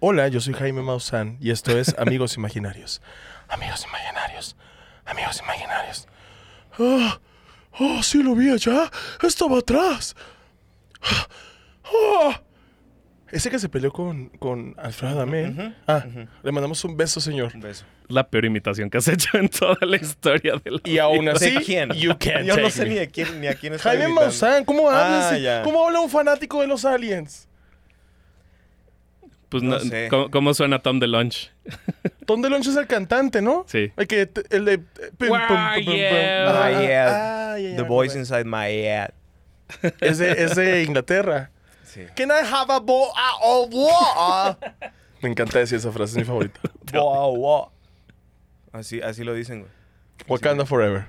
Hola, yo soy Jaime Maussan y esto es Amigos Imaginarios. Amigos Imaginarios. Amigos Imaginarios. Ah, oh, sí lo vi allá. Estaba atrás. Ah, ah. Ese que se peleó con, con Alfredo Adame. Ujú, Ah, ujú. le mandamos un beso, señor. Un beso. La peor imitación que has hecho en toda la historia de la Y aún ¿De así, quién? you can't Yo no take sé me. ni a quién, ni a quién estoy Jaime imitando. Maussan, ¿cómo Ah, hablas? ya. ¿Cómo habla un fanático de los aliens? Pues No no- sé. ¿cómo, cómo suena Tom DeLonge? Tom DeLonche es el cantante, ¿no? Sí. El que te- el de pum, pum, pum, pum, pum. yeah. Ah, My head. ah, ya, ya The me voice acordé. inside my head. es de, es de Inglaterra. Sí. Can I have a bowl of water? Me encanta decir esa frase, es mi favorita. Wow, wow. Así, así lo dicen, güey. Wakanda forever.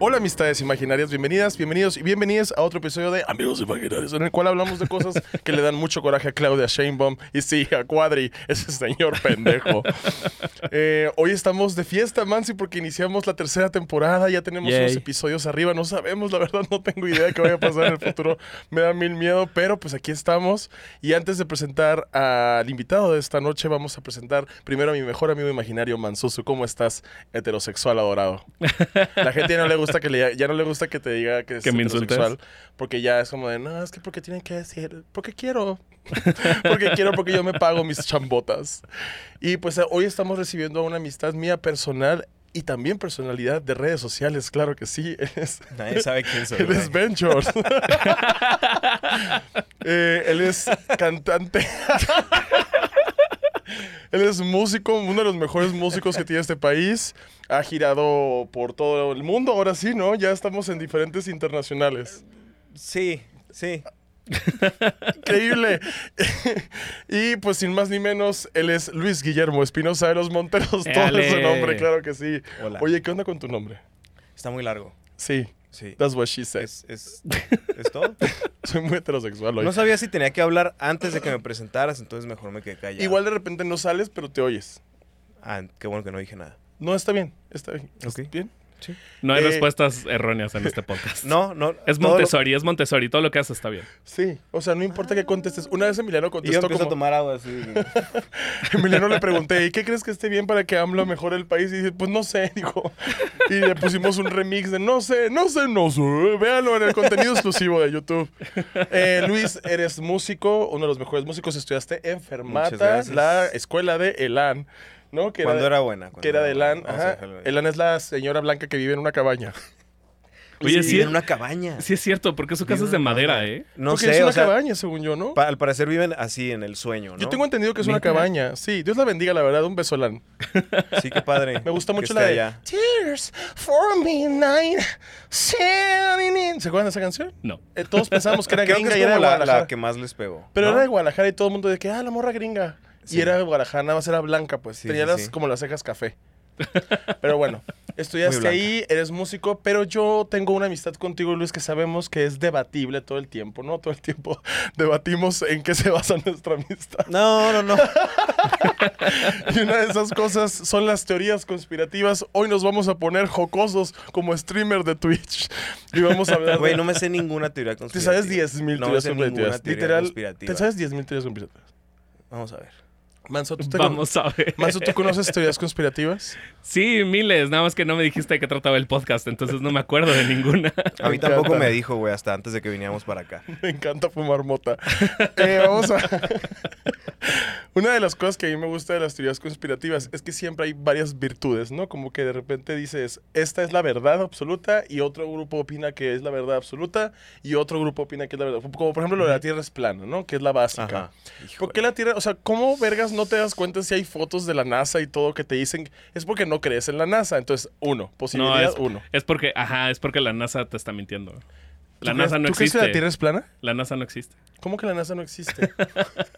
Hola amistades imaginarias, bienvenidas, bienvenidos y bienvenidas a otro episodio de Amigos Imaginarios, en el cual hablamos de cosas que le dan mucho coraje a Claudia Sheinbaum y sí, a Cuadri, ese señor pendejo. Eh, hoy estamos de fiesta, Mansi, porque iniciamos la tercera temporada, ya tenemos Yay. unos episodios arriba, no sabemos, la verdad no tengo idea de qué vaya a pasar en el futuro, me da mil miedo, pero pues aquí estamos. Y antes de presentar al invitado de esta noche, vamos a presentar primero a mi mejor amigo imaginario, Mansusu. ¿Cómo estás, heterosexual adorado? La gente ya no le gusta que le, ya no le gusta que te diga que, es Que me insultes. heterosexual porque ya es como de, no, es que porque tienen que decir, porque quiero. porque quiero, porque yo me pago mis chambotas. Y pues eh, hoy estamos recibiendo a una amistad mía personal y también personalidad de redes sociales, claro que sí. Él es, Nadie sabe quién soy. él es güey. Ventures. Eh, él es cantante. Él es músico, uno de los mejores músicos que tiene este país. Ha girado por todo el mundo, ahora sí, ¿no? Ya estamos en diferentes internacionales. Sí, sí. Increíble. y pues sin más ni menos, él es Luis Guillermo Espinosa de los Monteros. Todo ¡Éale! es su nombre, claro que sí. Hola. Oye, ¿qué onda con tu nombre? Está muy largo. Sí, Sí. that's what she said. Es, es, es todo. Soy muy heterosexual hoy. No sabía si tenía que hablar antes de que me presentaras, entonces mejor me quedé callado. Igual de repente no sales, pero te oyes. Ah, qué bueno que no dije nada. No, está bien, está bien. Ok. ¿Está bien? No hay Eh, respuestas erróneas en este podcast. No, no. Es todo lo- Montessori, es Montessori. Todo lo que haces está bien. Sí, o sea, no importa que contestes. Una vez Emiliano Y yo contestó empiezo a como... tomar agua así. Emiliano le pregunté, ¿y qué crees que esté bien para que AMLO mejore el país? Y dice, pues no sé, dijo. Y le pusimos un remix de no sé, no sé, no sé. Véanlo en el contenido exclusivo de YouTube. Eh, Luis, eres músico, uno de los mejores músicos. Estudiaste en Muchas Fermata, gracias. la escuela de Elan, ¿no? Que Cuando de- era buena. cuando Que era de Elan. buena. Vamos a Ajá. dejarlo ahí. Elan es la señora blanca que vive en una cabaña. Sí, Oye, sí, vive en una cabaña. sí es cierto, porque su casa es de madera, ¿eh? No Porque sé, es una o sea, cabaña, según yo, ¿no? pa- al parecer viven así en el sueño, ¿no? Yo tengo entendido que es una ¿Neta? cabaña. Sí, Dios la bendiga, la verdad. Un beso, Elan. Sí, qué padre. Me gusta que mucho esté la de allá. Tears for me night shining in. ¿Se acuerdan de esa canción? No. Eh, todos pensábamos que era Ah, Creo que gringa es y era de como la, Guadalajara. la que más les pegó. Pero ¿no? era de Guadalajara y todo el mundo de que, ah, la morra gringa. Sí. Y era de Guadalajara, nada más era blanca, pues. Sí, Tenía sí, las, sí. como las cejas café. Pero bueno, estudiaste blanca. ahí, eres músico, pero yo tengo una amistad contigo, Luis, que sabemos que es debatible todo el tiempo, ¿no? Todo el tiempo debatimos en qué se basa nuestra amistad. No, no, no. Y una de esas cosas son las teorías conspirativas. Hoy nos vamos a poner jocosos como streamer de Twitch. Y vamos a hablar. Güey, de... no me sé ninguna teoría conspirativa. Te sabes 10.000 No me teorías sé ninguna conspirativas. teoría Literal. conspirativa. Te sabes 10.000 teorías conspirativas. Vamos a ver. Manso, ¿tú, te con- Vamos a ver. Manso, ¿tú conoces teorías conspirativas? Sí, miles. Nada más que no me dijiste de qué trataba el podcast, entonces no me acuerdo de ninguna. A Me mí tampoco encanta. me dijo, güey, hasta antes de que viniéramos para acá. Me encanta fumar mota. Eh, vamos a. Una de las cosas que a mí me gusta de las teorías conspirativas es que siempre hay varias virtudes, ¿no? Como que de repente dices, esta es la verdad absoluta y otro grupo opina que es la verdad absoluta y otro grupo opina que es la verdad. Como por ejemplo lo de la Tierra es plana, ¿no? Que es la básica. Ajá. ¿Por qué la Tierra? O sea, ¿cómo vergas no te das cuenta si hay fotos de la NASA y todo que te dicen? Es porque no crees en la NASA. Entonces, uno, No, posibilidad es, uno. es porque, ajá, es porque la NASA te está mintiendo. La ¿Tú NASA crees- no ¿Tú crees que la Tierra existe. es plana? La NASA no existe. ¿Cómo que la NASA no existe?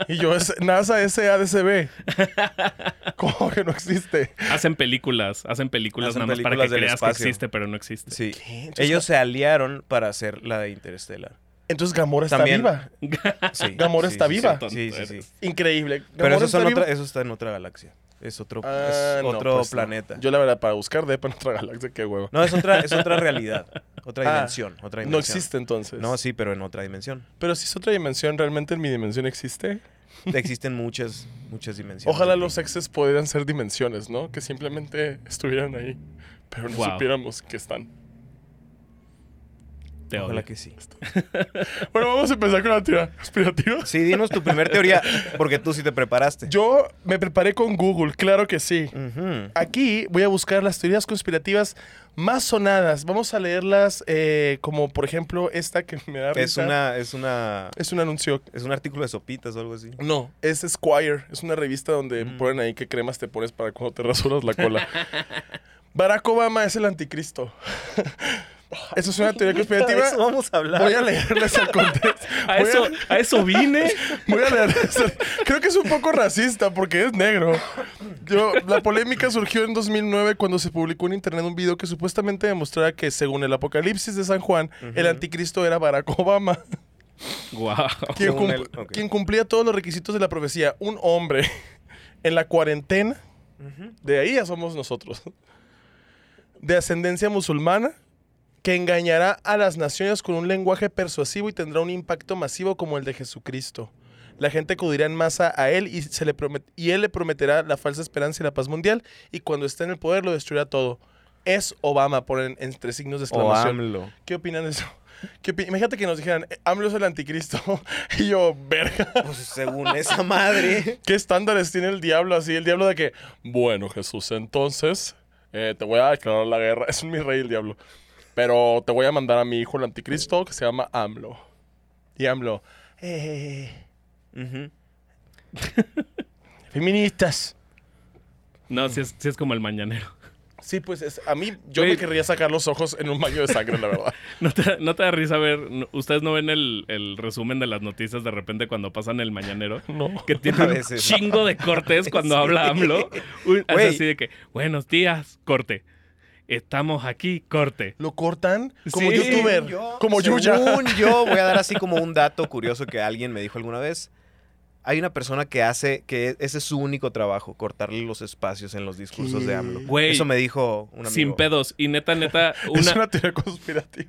y yo, es NASA SADCB. ¿Cómo que no existe? Hacen películas, hacen películas Hacen nada más películas para que del creas espacio. que existe, pero no existe. Sí. ¿Qué? Entonces, Ellos se aliaron para hacer la de Interestelar. Entonces Gamora está También- viva. Sí. Gamora Sí, está sí, viva. Sí, sí, sí. sí. Increíble. Pero Gamora eso está, en viva. otra, eso está en otra galaxia. Es otro, Ah, es no, otro pues no. planeta. Yo la verdad, para buscar depa en otra galaxia, qué huevo. No, es otra, es otra realidad. Otra Ah, dimensión. Otra No dimensión. existe entonces. No, sí, pero en otra dimensión. Pero si es otra dimensión, ¿realmente en mi dimensión existe? Existen muchas, muchas dimensiones. Ojalá los exes pudieran ser dimensiones, ¿no? Que simplemente estuvieran ahí, pero no Wow. supiéramos que están. Te Ojalá odio. que sí. Bueno, vamos a empezar con la teoría conspirativa. Sí, dinos tu primer teoría, porque tú sí te preparaste. Yo me preparé con Google, claro que sí. Ujú. Aquí voy a buscar las teorías conspirativas más sonadas. Vamos a leerlas eh, como, por ejemplo, esta que me da Es risa. una, es una, Es un anuncio. es un artículo de sopitas o algo así. No, es Squire. Es una revista donde Mm. ponen ahí qué cremas te pones para cuando te rasuras la cola. Barack Obama es el anticristo. Eso es una teoría De eso conspirativa. vamos a hablar. Voy a leerles el contexto. A Voy a- eso, a eso vine. Voy a leer esto. Creo que es un poco racista porque es negro. Yo, la polémica surgió en 2009 cuando se publicó en internet un video que supuestamente demostraba que, según el apocalipsis de San Juan, el anticristo era Barack Obama, Wow. quien, Según cum- él, ok. quien cumplía todos los requisitos de la profecía. Un hombre en la cuarentena, de ahí ya somos nosotros, de ascendencia musulmana que engañará a las naciones con un lenguaje persuasivo y tendrá un impacto masivo como el de Jesucristo. La gente acudirá en masa a él y, se le promet- y él le prometerá la falsa esperanza y la paz mundial y cuando esté en el poder lo destruirá todo. Es Obama, ponen entre signos de O exclamación. AMLO. ¿Qué opinan de eso? ¿Qué opi- Imagínate que nos dijeran, "Eh, AMLO es el anticristo. y yo, verga, Pues según esa madre. ¿qué estándares tiene el diablo así? El diablo de que, bueno Jesús, entonces eh, te voy a declarar la guerra. Es mi rey el diablo. Pero te voy a mandar a mi hijo el anticristo que se llama AMLO. Y AMLO, eh, Ujú. feministas. No, si es, sí es como el mañanero. Sí, pues es- a mí yo Güey. me querría sacar los ojos en un baño de sangre, la verdad. No te, no te da risa ver. no- Ustedes no ven el, el resumen de las noticias de repente cuando pasan el mañanero. No. Que tiene A un veces, ¿no? chingo de cortes cuando Sí. habla AMLO. Un- hace Güey. así de que, buenos días, corte. Estamos aquí, corte. Lo cortan como Sí, youtuber, Yo- como Yuya. Según yo, voy a dar así como un dato curioso que alguien me dijo alguna vez. Hay una persona que hace que ese es su único trabajo, cortarle los espacios en los discursos ¿Qué? de AMLO. Güey, Eso me dijo un amigo. Sin pedos. Y neta, neta, Es una, una teoría conspirativa.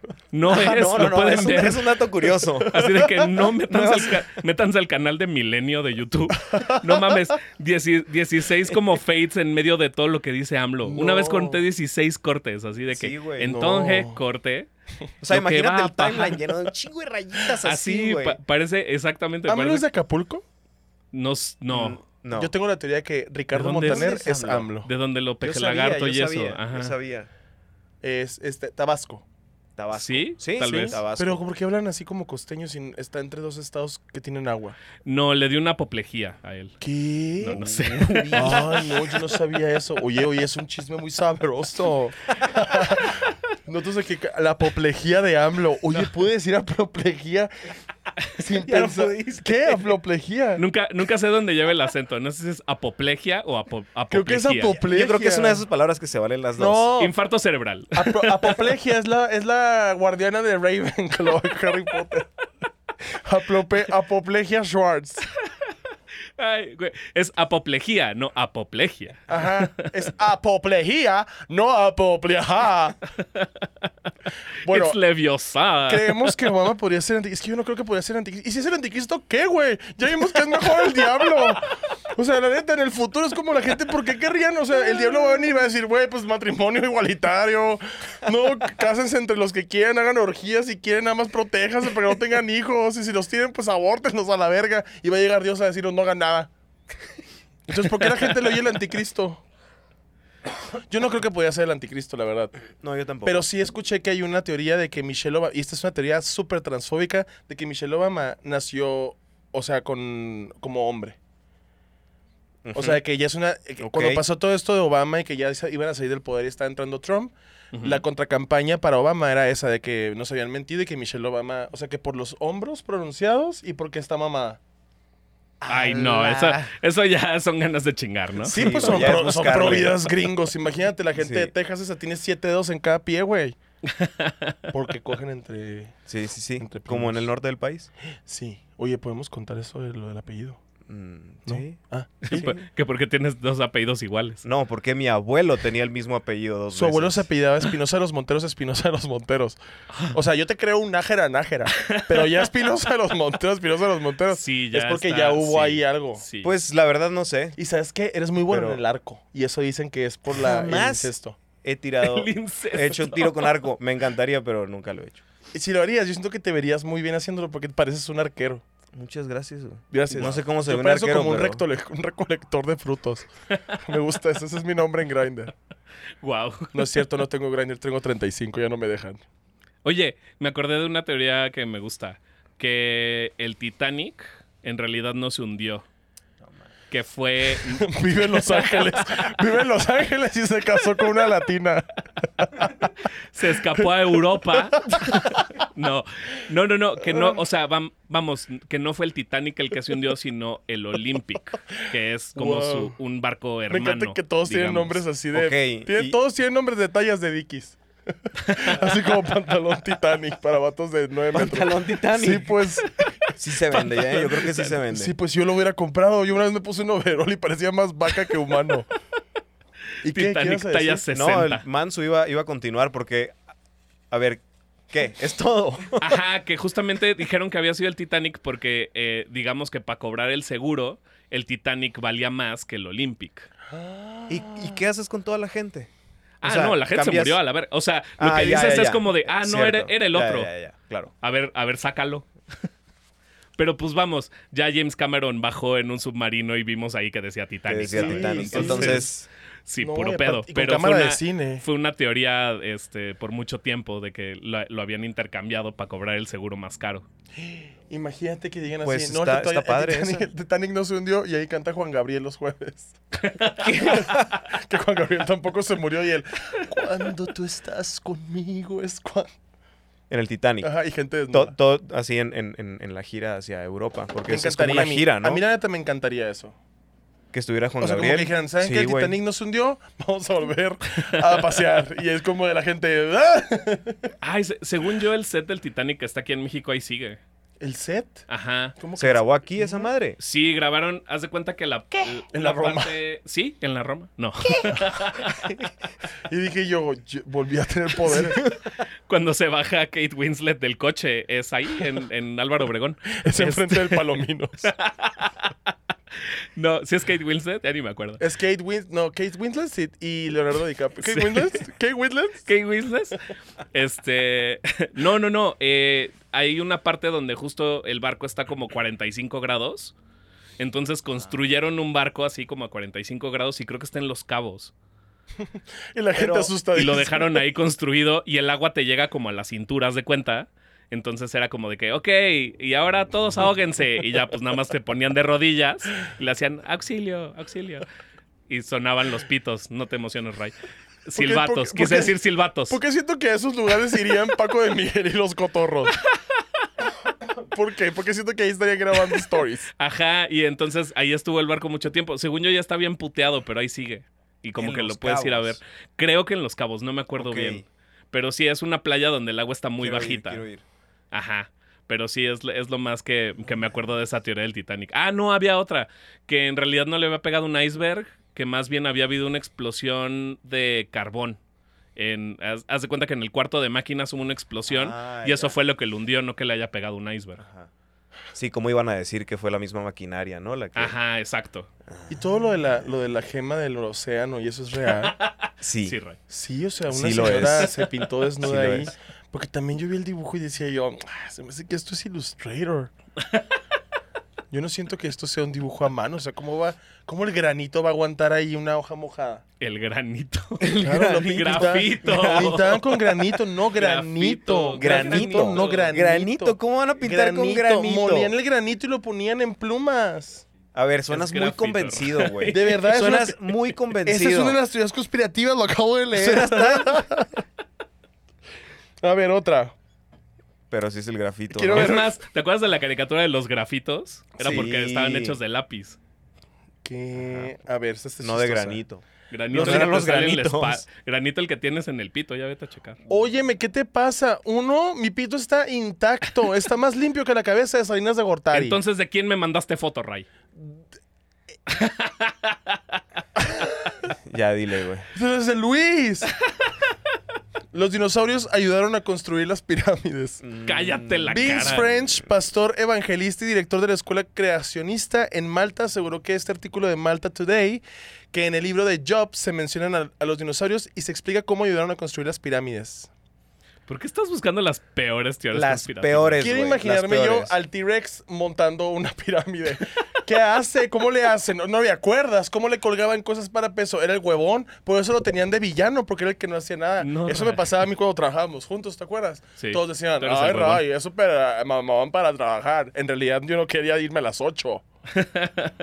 no Ah, es, no, lo no, no, pueden es, un, ver. es un dato curioso. Así de que no métanse, al, ca- métanse al canal de Milenio de YouTube. No mames, dieci- 16 como fates en medio de todo lo que dice AMLO. Una vez No. conté 16 cortes, así de que Sí, güey, entonces no. corte. O sea, Lo que imagínate va el pa- timeline lleno de un chingo de rayitas así, Así güey. pa- parece exactamente. ¿AMLO es parece- de Acapulco? no, s- no, Mm, no. Yo tengo la teoría que Ricardo ¿De dónde Montaner es? es, ¿Dónde es AMLO. de donde lo Yo peje sabía, lagarto yo y eso. sabía, ajá. Yo sabía. Es este, Tabasco. Tabasco. ¿Sí? Sí, Tal sí, vez. Tabasco. Pero ¿por qué hablan así como costeños sin está entre dos estados que tienen agua? No, le dio una apoplejía a él. ¿Qué? No, no sé. Ay, no, yo no sabía eso. Oye, oye, es un chisme muy sabroso. Notas que ca- la apoplejía de AMLO. Oye, pude decir apoplejía sin Ya lo pensar. pudiste. ¿Qué? Apoplejía. Nunca, nunca sé dónde lleva el acento. No sé si es apoplejía o apo- apoplejía. Creo que es apoplejía. Yo creo que es una de esas palabras que se valen las dos. No. Infarto cerebral. Apro- apoplejía es la, es la guardiana de Ravenclaw en Harry Potter. Aplope- apoplejía Schwartz. Ay, güey. Es apoplejía, no apoplejía. Ajá. Es apoplejía, no apopleja. Bueno, es leviosa. creemos que Obama podría ser anticristo. Es que yo no creo que podría ser anticristo. ¿Y si es el anticristo, qué, güey? Ya vimos que es mejor el diablo. O sea, la neta, en el futuro es como la gente, ¿por qué querrían? O sea, el diablo va a venir y va a decir, güey, pues matrimonio igualitario. No, cásense entre los que quieran, hagan orgías si quieren, nada más protéjanse para que no tengan hijos. Y si los tienen, pues abórtenlos a la verga. Y va a llegar Dios a decirnos, no hagan nada. Entonces, ¿por qué la gente le oye el anticristo? Yo no creo que podía ser el anticristo, la verdad. No, yo tampoco. Pero sí escuché que hay una teoría de que Michelle Obama, y esta es una teoría súper transfóbica, de que Michelle Obama nació, o sea, con, como hombre. O sea, que ya es una... que Ok. Cuando pasó todo esto de Obama y que ya se- iban a salir del poder y estaba entrando Trump, la contracampaña para Obama era esa, de que nos habían mentido y que Michelle Obama, o sea, que por los hombros pronunciados y porque está mamada. Ay, no, eso, Ala. eso ya son ganas de chingar, ¿no? Ah. Sí, Sí, pues no, son, ya es pro, son buscarle. providas gringos. Imagínate, la gente Sí. de Texas esa tiene siete dedos en cada pie, güey. Porque cogen entre... Sí, sí, sí. Entre primos. Como en el norte del país. Sí. Oye, podemos contar eso de lo del apellido. Mm, ¿No? ¿Sí? Ah. Sí. Pues, Que porque tienes dos apellidos iguales. No, porque mi abuelo tenía el mismo apellido dos Su abuelo se veces. apellidaba Espinosa de los Monteros, Espinosa de los Monteros. O sea, yo te creo un nájera, nájera. Pero ya Espinosa de los Monteros, Espinosa de los Monteros. Sí, ya es porque está, ya hubo sí, ahí algo. sí. Pues la verdad no sé. Y sabes qué? Eres muy bueno Pero- en el arco. Y eso dicen que es por la, el Jamás. incesto. He tirado. El incesto. He hecho un tiro con arco. Me encantaría, pero nunca lo he hecho. Y Si lo harías, yo siento que te verías muy bien haciéndolo porque pareces un arquero. Muchas gracias. güey. Gracias. No sé cómo se Yo ve un parezco arquero, como un, pero- rectole- un recolector de frutos. Me gusta eso. Ese es mi nombre en Grindr. Wow. No es cierto, no tengo Grindr, tengo 35, ya no me dejan. Oye, me acordé de una teoría que me gusta. Que el Titanic en realidad no se hundió. Que fue... Vive en Los Ángeles. Vive en Los Ángeles y se casó con una latina. se escapó a Europa. No, no, no, no, que Ah. no, o sea, vam- vamos, que no fue el Titanic el que se hundió, sino el Olympic, que es como Wow. su, un barco Me hermano. encanta que todos tienen digamos. nombres así de. Ok, tienen- y- Todos tienen nombres de tallas de Dickies. así como pantalón Titanic para vatos de 9 metros. Pantalón Titanic. Sí, pues. Sí se vende, ya. Yo creo que sí se vende. Sí, pues yo lo hubiera comprado. Yo una vez me puse un overol y parecía más vaca que humano. ¿Y qué? ¿Qué Titanic ibas a talla decir? 60. No, el Mansu iba, iba a continuar porque. A ver, ¿qué? Es todo. Ajá, que justamente dijeron que había sido el Titanic porque, eh, digamos que para cobrar el seguro, el Titanic valía más que el Olympic. ¿Y, y qué haces con toda la gente? Ah, sea, no, la gente cambias- se murió a la ver. O sea, lo Ah, que ya, dices ya, es ya. como de, ah, no, era, Cierto. era el Ya, otro. ya, ya, claro. A ver, a ver, sácalo. Pero pues vamos, ya James Cameron bajó en un submarino y vimos ahí que decía Que Titanic. decía Sí, Titanic. sí, Entonces, Sí, No, y puro aparte- pedo. y con Pero fue cámara de una, cine. fue una teoría este, por mucho tiempo de que la- lo, habían intercambiado para cobrar el seguro más caro. Imagínate que digan Pues así. no, está- el, Titanic- está padre el Titanic, eso. el Titanic no se hundió y ahí canta Juan Gabriel los jueves. que Juan Gabriel tampoco se murió y él. Cuando tú estás conmigo es cuando. en el Titanic. Ajá, y gente desnuda. Todo, todo así en, en- en- en la gira hacia Europa. Porque Me es, es como encantaría. una a mí- gira, ¿no? A mí la neta me encantaría eso. Que estuviera Juan o sea, Gabriel. como que dijeran, ¿saben que el güey. Titanic no se hundió? Vamos a volver a pasear. y es como de la gente. "Ah". Ay, se- según yo, el set del Titanic que está aquí en México ahí sigue. ¿El set? Ajá. ¿Cómo ¿Se grabó aquí esa madre? Sí, grabaron, haz de cuenta que la... l- En la una Roma. parte- sí, en la Roma. No. Y dije yo, yo volví a tener poderes. Cuando se baja Kate Winslet del coche, es ahí, en, en Álvaro Obregón. es Este- enfrente del Palominos. No, si es Kate Winslet, ya ni me acuerdo. Es Kate Winslet, no, Kate Winslet y- y Leonardo DiCaprio. ¿Kate Sí. Winslet? ¿Kate Winslet? Kate Winslet. Este. No, no, no. eh, hay una parte donde justo el barco está como 45 grados. Entonces construyeron un barco así como a 45 grados y creo que está en los cabos. Y la gente Pero- asusta. Y lo dice, dejaron ahí construido y el agua te llega como a las cinturas de cuenta. Entonces era como de que, ok, y ahora todos ahóguense. Y ya pues nada más te ponían de rodillas y le hacían auxilio, auxilio. Y sonaban los pitos. No te emociones, Ray. Silbatos. por- Quise porque- decir silbatos. ¿Por qué siento que a esos lugares irían Paco de Miguel y los cotorros? ¿Por qué? Porque siento que ahí estarían grabando stories. Ajá, y entonces ahí estuvo el barco mucho tiempo. Según yo ya está bien puteado, pero ahí sigue. Y como En que lo Los puedes ir a ver. Cabos. Creo que en Los Cabos, no me acuerdo Ok. bien. Pero sí es una playa donde el agua está muy Quiero ir, bajita. quiero ir. Ajá. Pero sí es, es lo más que, que me acuerdo de esa teoría del Titanic. Ah, no, había otra. Que en realidad no le había pegado un iceberg, que más bien había habido una explosión de carbón. En, haz, haz de cuenta que en el cuarto de máquinas hubo una explosión Ah, y eso ya. fue lo que lo hundió, no que le haya pegado un iceberg. Ajá. Sí, como iban a decir que fue la misma maquinaria, ¿no? La que... Ajá, exacto. Y todo lo de la, lo de la gema del océano, y eso es real. Sí. Sí, Ray. Sí, o sea, una Sí lo señora es. se pintó desnuda Sí lo ahí. es. Porque también yo vi el dibujo y decía yo, "Ah, se me hace que esto es Illustrator. Yo no siento que esto sea un dibujo a mano. O sea, ¿cómo va, cómo el granito va a aguantar ahí una hoja mojada? El granito. Claro, lo granito. pintan- Grafito. Pintaban con granito, no granito. Grafito, Granito, granito. no granito. Granito, ¿cómo van a pintar con granito? Molían el granito y lo ponían en plumas. A ver, suenas Es muy grafito, convencido, güey. De verdad, es una- Suenas muy convencido. Esa es una de las teorías conspirativas, lo acabo de leer. A ver, otra. Pero sí es el grafito. Quiero ¿no? ver- Es más, ¿te acuerdas de la caricatura de los grafitos? Era Sí. porque estaban hechos de lápiz. Que, a ver, esta está No de chistosa. granito. Granito, Los el que eran te los sale en la granitos. Oh, espa- Granito el que tienes en el pito, ya vete a checar. Óyeme, ¿qué te pasa? Uno, mi pito está intacto, está más limpio que la cabeza de Salinas de Gortari. Entonces, ¿de quién me mandaste foto, Ray? Ya dile, güey. ¡Desde Luis! Los dinosaurios ayudaron a construir las pirámides. Cállate la Vince cara. French, pastor evangelista y director de la escuela creacionista en Malta, aseguró que este artículo de Malta Today, que en el libro de Job se mencionan a, a los dinosaurios y se explica cómo ayudaron a construir las pirámides. ¿Por qué estás buscando las peores teorías Las conspirativas? peores. Quiero güey, las imaginarme yo peores. al T-Rex montando una pirámide. ¿Qué hace? ¿Cómo le hacen? No, no había cuerdas. ¿Cómo le colgaban cosas para peso? Era el huevón. Por eso lo tenían de villano, porque era el que no hacía nada. No, eso me Ray. pasaba a mí cuando trabajábamos juntos, ¿te acuerdas? Sí, Todos decían, tú eres el ay, huevón". Ray, eso para, mamaban para trabajar. En realidad yo no quería irme a las 8.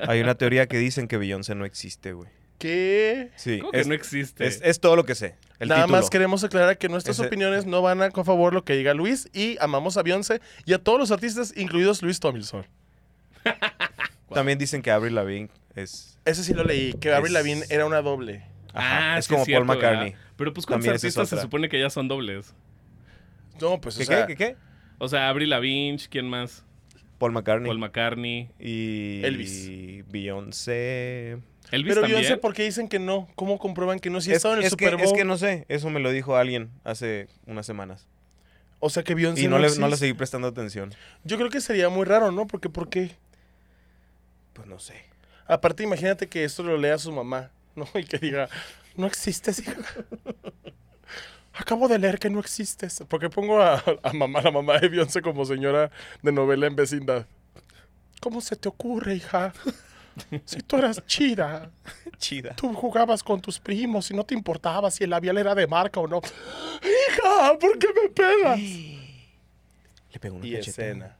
Hay una teoría que dicen que Beyoncé no existe, güey. ¿Qué? Sí. ¿Cómo es, que no existe? es- es todo lo que sé. El Nada título. más queremos aclarar que nuestras Ese- opiniones no van a con favor lo que diga Luis y amamos a Beyoncé y a todos los artistas, incluidos Luis Tomlinson. También dicen que Avril Lavigne es... Ese sí lo leí, que Avril Es- Lavigne era una doble. Ajá, ah, es sí, como cierto, Paul McCartney. ¿verdad? Pero pues cuántos También esa es artistas se otra. supone que ya son dobles. No, pues o ¿Qué, sea, qué, qué, qué? O sea, Avril Lavigne, ¿quién más? Paul McCartney. Paul McCartney. y Elvis. Beyoncé. Elvis Pero también. Beyoncé, ¿por qué dicen que no? ¿Cómo comprueban que no? Si ha es, estado en el es que, Super Bowl. es que no sé, eso me lo dijo alguien hace unas semanas. O sea que Beyoncé Y no, le, existe. no le seguí prestando atención. Yo creo que sería muy raro, ¿no? Porque ¿por qué? Pues no sé. Aparte, imagínate que esto lo lea su mamá, ¿no? Y que diga, no existes, hija. Acabo de leer que no existes. ¿Por qué pongo a, a mamá, la mamá de Beyoncé como señora de novela en vecindad? ¿Cómo se te ocurre, hija? Si tú eras chida, Chida. tú jugabas con tus primos y no te importaba si el labial era de marca o no. ¡Hija! ¿Por qué me pegas? Le pegó una y cachetada. escena.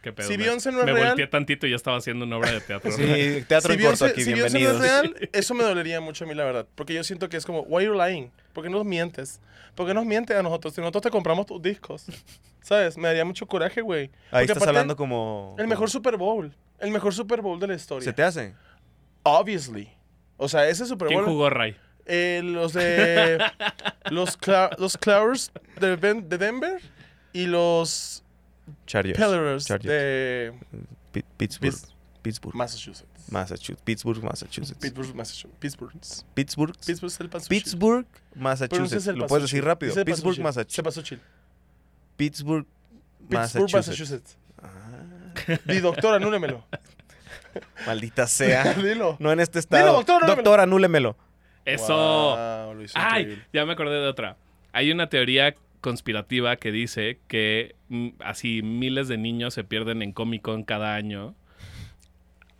¿Qué pedo, Si me- Beyoncé no es Me real- volteé tantito y ya estaba haciendo una obra de teatro. Sí, teatro si en Beyoncé, corto aquí, si Beyoncé no bienvenidos. es real, eso me dolería mucho a mí, la verdad. Porque yo siento que es como, why you lying? ¿Por qué nos mientes? ¿Por qué nos mientes a nosotros? Si nosotros te compramos tus discos. ¿Sabes? Me daría mucho coraje, güey. Ahí Porque estás aparte, hablando como... El mejor Super Bowl. El mejor Super Bowl de la historia. ¿Se te hace? Obviously. O sea, ese Super ¿Quién Bowl. jugó Ray? eh, los de. los, Cla- los Clavers de, Ben- de Denver y los Chargers. Pellerers Chargers. de Pi- Pittsburgh. Pits- Pittsburgh. Massachusetts. Massachusetts. Pittsburgh, Massachusetts. Pittsburgh, Massachusetts. Pittsburgh. Pittsburgh. Pittsburgh es el pan sushi. Pittsburgh, Pronuncias Massachusetts. el Lo paso puedes chill. decir rápido. Dice el paso Pittsburgh, chill. Se Massachusetts. pasó chill. Pittsburgh, Pittsburgh, Massachusetts. Massachusetts. Ah. Di, doctor, anúlemelo. Maldita sea. Dilo. No en este estado. Dilo, doctor, anúlemelo. doctor, anúlemelo. Eso. Wow, lo hizo Ay, increíble. ya me acordé de otra. Hay una teoría conspirativa que dice que mm, así miles de niños se pierden en Comic Con cada año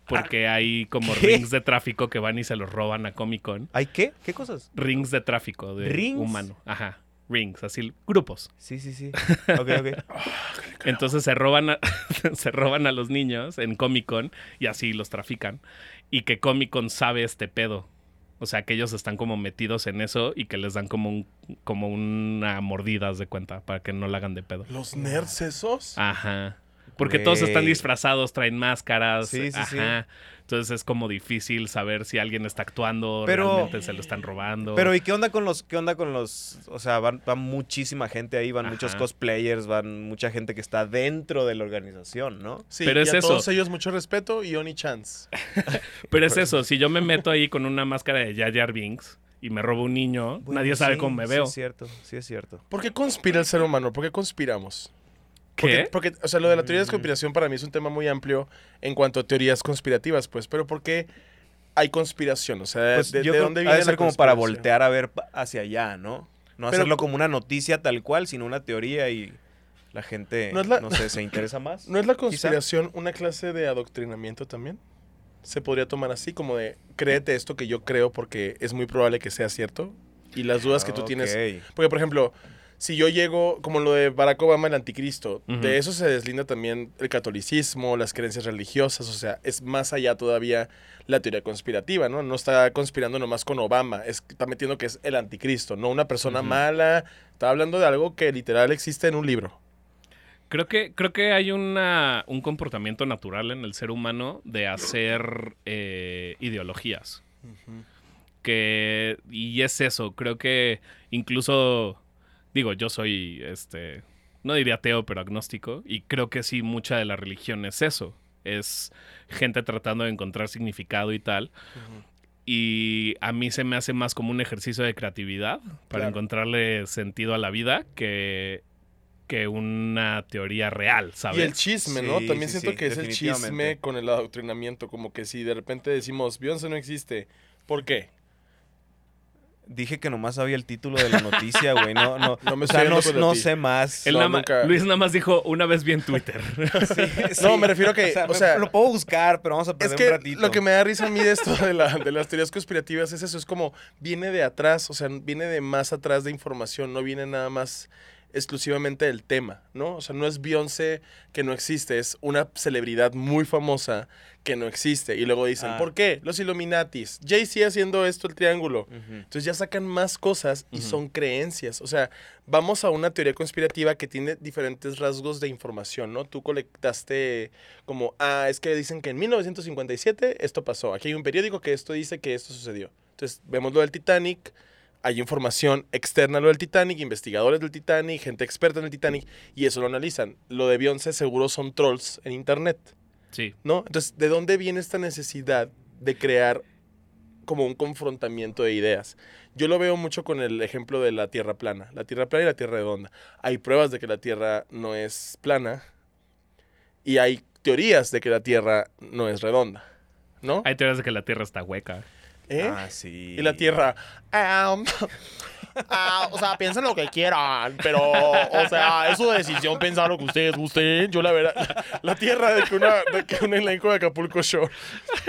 porque hay como Ah, ¿Qué? rings de tráfico que van y se los roban a Comic Con. ¿Hay qué? ¿Qué cosas? Rings de tráfico de ¿Rings? humano. Ajá. Rings, así grupos. Sí, sí, sí. Ok, ok. Entonces se roban, a, se roban a los niños en Comic Con y así los trafican. Y que Comic Con sabe este pedo. O sea, que ellos están como metidos en eso y que les dan como, un, como una mordida haz de cuenta para que no la hagan de pedo. Los nerds esos. Ah, Ajá. Porque todos están Güey. disfrazados, traen máscaras. Sí, sí, sí. ajá. Entonces es como difícil saber si alguien está actuando, Pero- realmente se lo están robando. Pero, ¿y qué onda con los, qué onda con los, o sea, van, va muchísima gente ahí, van muchos Ajá. cosplayers, van mucha gente que está dentro de la organización, ¿no? Sí, pero y es a eso. todos ellos mucho respeto y Oni Chance. Pero es eso, si yo me meto ahí con una máscara de Jar Jar Binks y me robo un niño, Bueno, nadie sabe sí, cómo me sí veo. es cierto, sí es cierto. ¿Por qué conspira el ser humano? ¿Por qué conspiramos? ¿Qué? Porque, porque, o sea, lo de la Mm. teoría de conspiración para mí es un tema muy amplio en cuanto a teorías conspirativas, pues. Pero ¿por qué hay conspiración? O sea, Pues ¿de, yo de creo dónde que viene ha de la ser como para conspiración? voltear a ver pa- hacia allá, ¿no? No Pero- hacerlo como una noticia tal cual, sino una teoría y la gente, No no, es la- sé, se interesa más. ¿No es la conspiración una clase de adoctrinamiento también? Se podría tomar así, como de créete esto que yo creo porque es muy probable que sea cierto. Y las dudas que tú tienes. Ah, Ok. Porque, por ejemplo, si yo llego, como lo de Barack Obama, el anticristo, Ujú. de eso se deslinda también el catolicismo, las creencias religiosas, o sea, es más allá todavía la teoría conspirativa, ¿no? No está conspirando nomás con Obama, es, está metiendo que es el anticristo, no una persona Ujú. mala, está hablando de algo que literal existe en un libro. Creo que, creo que hay una, un comportamiento natural en el ser humano de hacer eh, ideologías. Que, y es eso, creo que incluso, digo, yo soy, este, no diría ateo, pero agnóstico, y creo que sí, mucha de la religión es eso. es gente tratando de encontrar significado y tal. Y a mí se me hace más como un ejercicio de creatividad para Claro. encontrarle sentido a la vida que, que una teoría real, ¿sabes? Y el chisme, ¿no? Sí, También sí, siento sí, que es el chisme definitivamente. con el adoctrinamiento. Como que si de repente decimos, Beyoncé no existe, ¿por qué? Dije que nomás sabía el título de la noticia, güey. No, no, No me o sea, estoy no, dando cuenta no de ti. sé más. Él No, nada ma- nunca- Luis nada más dijo una vez vi en Twitter. No, me refiero que, o me- sea- lo puedo buscar, pero vamos a perder Es que un ratito. lo que me da risa a mí de esto de, la- de las teorías conspirativas es eso, es como viene de atrás, o sea, viene de más atrás de información, no viene nada más exclusivamente del tema, ¿no? O sea, no es Beyoncé que no existe, es una celebridad muy famosa que no existe. Y luego dicen, Ah. ¿por qué? Los Illuminatis, Jay-Z haciendo esto, el triángulo. Ujú. Entonces ya sacan más cosas y Ujú. son creencias. O sea, vamos a una teoría conspirativa que tiene diferentes rasgos de información, ¿no? Tú colectaste como, ah, es que dicen que en 1957 esto pasó. Aquí hay un periódico que esto dice que esto sucedió. Entonces vemos lo del Titanic, hay información externa a lo del Titanic, investigadores del Titanic, gente experta en el Titanic, y eso lo analizan. Lo de Beyoncé seguro son trolls en Internet. Sí. ¿no? Entonces, ¿de dónde viene esta necesidad de crear como un confrontamiento de ideas? Yo lo veo mucho con el ejemplo de la Tierra plana, la Tierra plana y la Tierra redonda. Hay pruebas de que la Tierra no es plana y hay teorías de que la Tierra no es redonda, ¿no? Hay teorías de que la Tierra está hueca. ¿Eh? Ah, sí. Y la Tierra, "Am, ah, o sea, piensen lo que quieran, pero, o sea, es su decisión pensar lo que ustedes gusten. Yo la verdad, la Tierra de que una, de que una elenco de Acapulco Shore.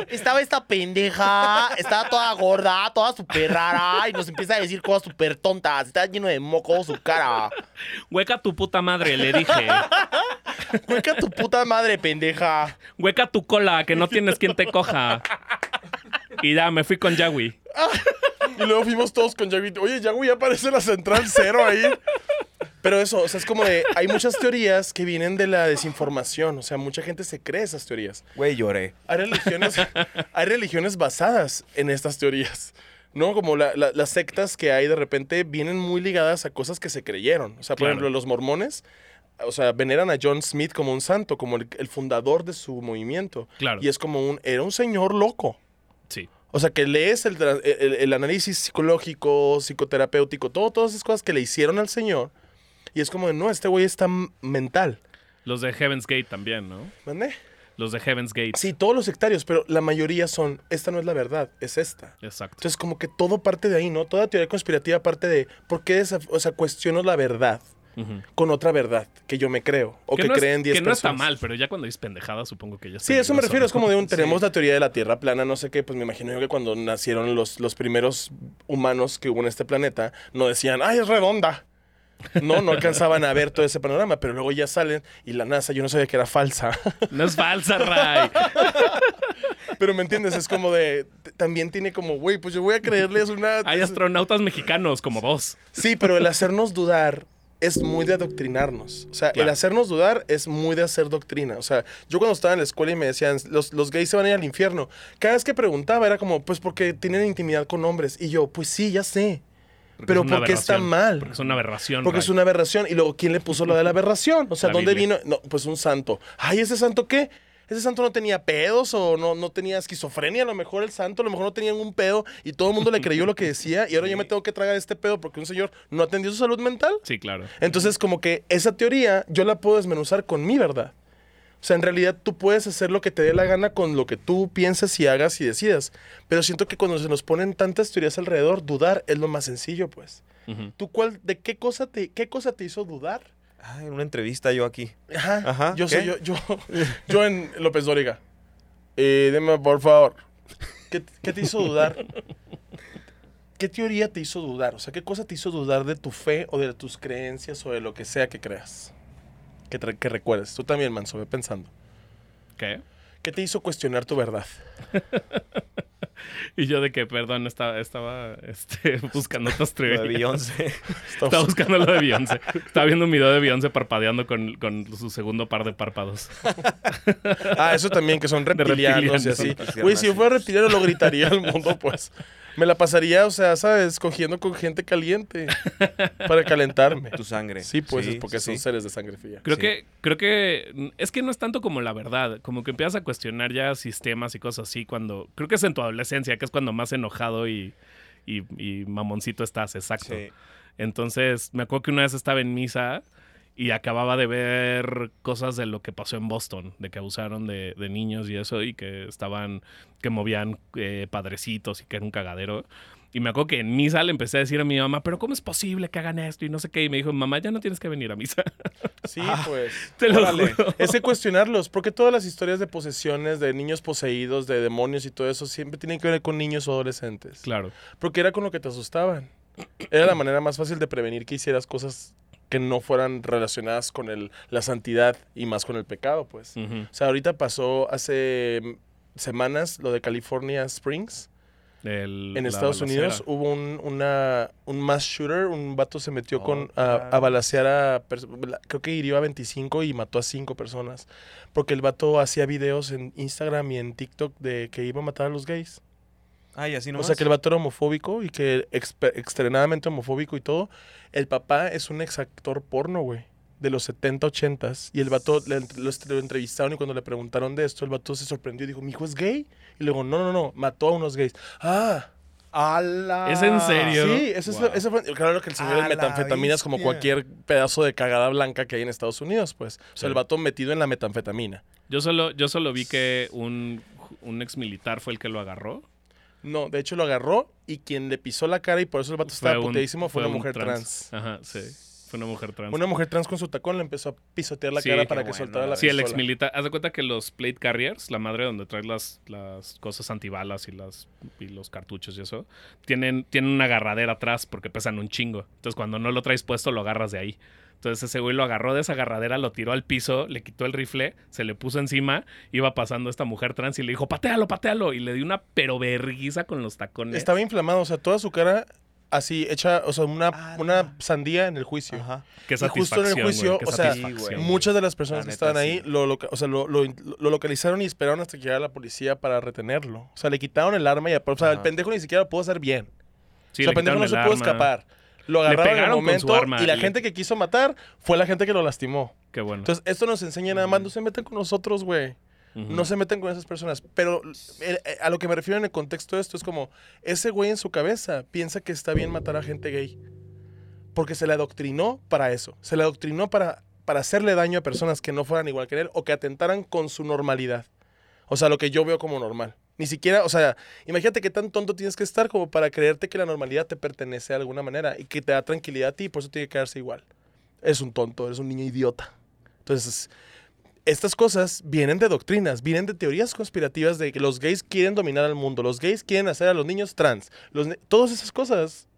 Estaba esta pendeja, estaba toda gorda, toda súper rara, y nos empieza a decir cosas súper tontas. Está lleno de moco su cara. Hueca tu puta madre, le dije. Hueca tu puta madre, pendeja. Hueca tu cola, que no tienes quien te coja. Y ya, me fui con Yawi. Y luego fuimos todos con Yagüi. Oye, Yagüi, ya aparece la central cero ahí. Pero eso, o sea, es como de. Hay muchas teorías que vienen de la desinformación. O sea, mucha gente se cree esas teorías. Güey, lloré. Hay religiones, hay religiones basadas en estas teorías. ¿No? Como la- la- las sectas que hay de repente vienen muy ligadas a cosas que se creyeron. O sea, por Claro. ejemplo, los mormones. O sea, veneran a John Smith como un santo, como el, el fundador de su movimiento. Claro. Y es como un. Era un señor loco. Sí. O sea, que lees el, tra- e-, el- el análisis psicológico, psicoterapéutico, todo, todas esas cosas que le hicieron al señor. Y es como, de, no, este güey está m- mental. Los de Heaven's Gate también, ¿no? ¿Mandé? Los de Heaven's Gate. Sí, todos los sectarios, pero la mayoría son, esta no es la verdad, es esta. Exacto. Entonces, como que todo parte de ahí, ¿no? Toda teoría conspirativa parte de, ¿por qué desaf- o sea, cuestiono la verdad Ujú. con otra verdad que yo me creo o que, no es- creen 10 Que no personas? está mal, pero ya cuando dices pendejada, supongo que ya está. Sí, eso me refiero, es como de un, tenemos la teoría de la Tierra plana, no sé qué, pues me imagino yo que cuando nacieron los, los primeros humanos que hubo en este planeta, no decían, ¡ay, es redonda! No, no alcanzaban a ver todo ese panorama, pero luego ya salen y la NASA, yo no sabía que era falsa. No es falsa, Ray. Pero me entiendes, es como de, t- también tiene como, güey, pues yo voy a creerles una... Hay astronautas mexicanos como vos. Sí, pero el hacernos dudar es muy de adoctrinarnos. O sea, Claro. el hacernos dudar es muy de hacer doctrina. O sea, yo cuando estaba en la escuela y me decían, los, los gays se van a ir al infierno, cada vez que preguntaba era como, pues porque tienen intimidad con hombres. Y yo, pues sí, ya sé. Pero es una ¿por qué está aberración, mal? Porque es una aberración. Porque es Ray. una aberración. Y luego, ¿quién le puso lo de la aberración? O sea, La ¿dónde Biblia. vino? No, pues un santo. Ay, ¿ese santo qué? Ese santo no tenía pedos o no, no tenía esquizofrenia. A lo mejor el santo, a lo mejor no tenía ningún pedo y todo el mundo le creyó lo que decía. Y ahora yo me tengo que tragar este pedo porque un señor no atendió su salud mental. Sí, claro. Entonces, como que esa teoría yo la puedo desmenuzar con mi verdad. O sea, en realidad tú puedes hacer lo que te dé la gana con lo que tú pienses y hagas y decidas. Pero siento que cuando se nos ponen tantas teorías alrededor, dudar es lo más sencillo, pues. Ujú. ¿Tú cuál, de qué cosa te, qué cosa te hizo dudar? Ah, en una entrevista yo aquí. Ajá. Ajá, Yo ¿qué? soy yo, yo, yo en López Dóriga. Eh, deme, por favor. ¿Qué, qué te hizo dudar? ¿Qué teoría te hizo dudar? O sea, ¿qué cosa te hizo dudar de tu fe o de tus creencias o de lo que sea que creas? Que, te- que recuerdes. Tú también, Manso, ve pensando. ¿Qué? ¿Qué te hizo cuestionar tu verdad? Y yo de que, perdón, estaba, estaba este, buscando otras Lo de teorías. Beyoncé. Estamos- Estaba buscando lo de Beyoncé. Estaba viendo un video de Beyoncé parpadeando con, con su segundo par de párpados. Ah, eso también, que son reptilianos y reptilianos. así. Güey, si yo fuera reptiliano lo gritaría al mundo, pues. Me la pasaría, o sea, ¿sabes? Cogiendo con gente caliente para calentarme. Tu sangre. Sí, pues es porque sí, son sí. seres de sangre fría. Creo Sí. que, creo que es que no es tanto como la verdad, como que empiezas a cuestionar ya sistemas y cosas así cuando, creo que es en tu adolescencia, que es cuando más enojado y, y- y mamoncito estás, exacto. Sí. Entonces, me acuerdo que una vez estaba en misa y acababa de ver cosas de lo que pasó en Boston, de que abusaron de, de niños y eso, y que estaban, que movían eh, padrecitos y que era un cagadero. Y me acuerdo que en misa le empecé a decir a mi mamá, pero ¿cómo es posible que hagan esto? Y no sé qué. Y me dijo, mamá, ya no tienes que venir a misa. Sí, Ah. pues. Te lo Órale. juro. Es de cuestionarlos, porque todas las historias de posesiones, de niños poseídos, de demonios y todo eso, siempre tienen que ver con niños o adolescentes. Claro. Porque era con lo que te asustaban. Era la manera más fácil de prevenir que hicieras cosas que no fueran relacionadas con el, la santidad y más con el pecado, pues. Ujú. O sea, ahorita pasó hace mm, semanas lo de California Springs. El- En la Estados balacera. Unidos hubo un, una, un mass shooter, un vato se metió Oh, con, a, claro. a balacear a... pers- la- Creo que hirió a 25 y mató a 5 personas. Porque el vato hacía videos en Instagram y en TikTok de que iba a matar a los gays. Ay, así no O sea, que el vato era homofóbico y que expe- extremadamente homofóbico y todo. El papá es un exactor porno, güey. De los 70, 80 y el vato le ent- lo, est- lo entrevistaron y cuando le preguntaron de esto, el vato se sorprendió y dijo, mi hijo es gay. Y luego, no, no, no, mató a unos gays. Ah, ¿Es en serio? Sí, eso es lo- Wow. eso fue- claro que el señor A de metanfetaminas la como bestia. cualquier pedazo de cagada blanca que hay en Estados Unidos, pues. O Sí. sea, el vato metido en la metanfetamina. Yo solo, yo solo vi que un, un ex militar fue el que lo agarró. No, de hecho lo agarró y quien le pisó la cara y por eso el vato estaba un- puteadísimo fue, un una mujer trans. Ajá, sí. Fue una mujer trans. Una mujer trans con su tacón le empezó a pisotear la Sí, cara qué para que bueno, soltara la la Sí, el pistola. ex militar. Haz de cuenta que los plate carriers, la madre donde traes las, las cosas antibalas y, las, y los cartuchos y eso, tienen, tienen una agarradera atrás porque pesan un chingo. Entonces, cuando no lo traes puesto, lo agarras de ahí. Entonces, ese güey lo agarró de esa agarradera, lo tiró al piso, le quitó el rifle, se le puso encima, iba pasando esta mujer trans y le dijo, patealo, patealo. Y le dio una pero verguiza con los tacones. Estaba inflamado, o sea, toda su cara así hecha, o sea, una, Ah, una no. sandía en el juicio. Ajá. Qué y justo en el satisfacción, güey, juicio, qué o sea, satisfacción, güey. Muchas de las personas La que neta, estaban ahí sí. lo, loca- o sea, lo, lo- lo localizaron y esperaron hasta que llegara la policía para retenerlo. O sea, le quitaron el arma y, o sea, el Ajá. pendejo ni siquiera lo pudo hacer bien. Sí, "Ah, o sea, le el pendejo quitaron no el se pudo arma. escapar. Lo Le agarraron en el pegaron con su momento arma y la y le- gente que quiso matar fue la gente que lo lastimó. Qué bueno. Entonces, esto nos enseña nada más, no se metan con nosotros, güey. Ujú. No se metan con esas personas. Pero eh, eh, a lo que me refiero en el contexto de esto es como, ese güey en su cabeza piensa que está bien matar a gente gay. Porque se le adoctrinó para eso. Se le adoctrinó para, para hacerle daño a personas que no fueran igual que él o que atentaran con su normalidad. O sea, lo que yo veo como normal. Ni siquiera, o sea, imagínate qué tan tonto tienes que estar como para creerte que la normalidad te pertenece de alguna manera y que te da tranquilidad a ti y por eso tiene que quedarse igual. Eres un tonto, eres un niño idiota. Entonces, estas cosas vienen de doctrinas, vienen de teorías conspirativas de que los gays quieren dominar al mundo, los gays quieren hacer a los niños trans, los ne- todas esas cosas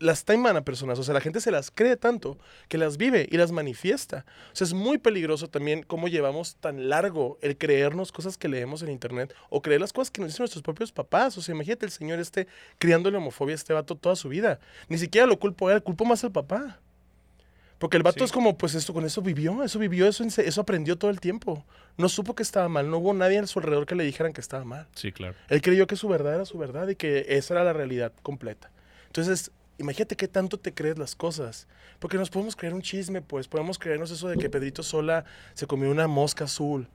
las taiman a personas, o sea, la gente se las cree tanto que las vive y las manifiesta. O sea, es muy peligroso también cómo llevamos tan largo el creernos cosas que leemos en internet o creer las cosas que nos dicen nuestros propios papás. O sea, imagínate el señor este criándole homofobia a este vato toda su vida. Ni siquiera lo culpo a él, culpo más al papá. Porque el vato Sí. es como, pues esto con eso vivió, eso vivió, eso, ense- eso aprendió todo el tiempo. No supo que estaba mal, no hubo nadie a su alrededor que le dijeran que estaba mal. Sí, claro. Él creyó que su verdad era su verdad y que esa era la realidad completa. Entonces, imagínate qué tanto te crees las cosas. Porque nos podemos creer un chisme, pues. Podemos creernos eso de que Pedrito Sola se comió una mosca azul.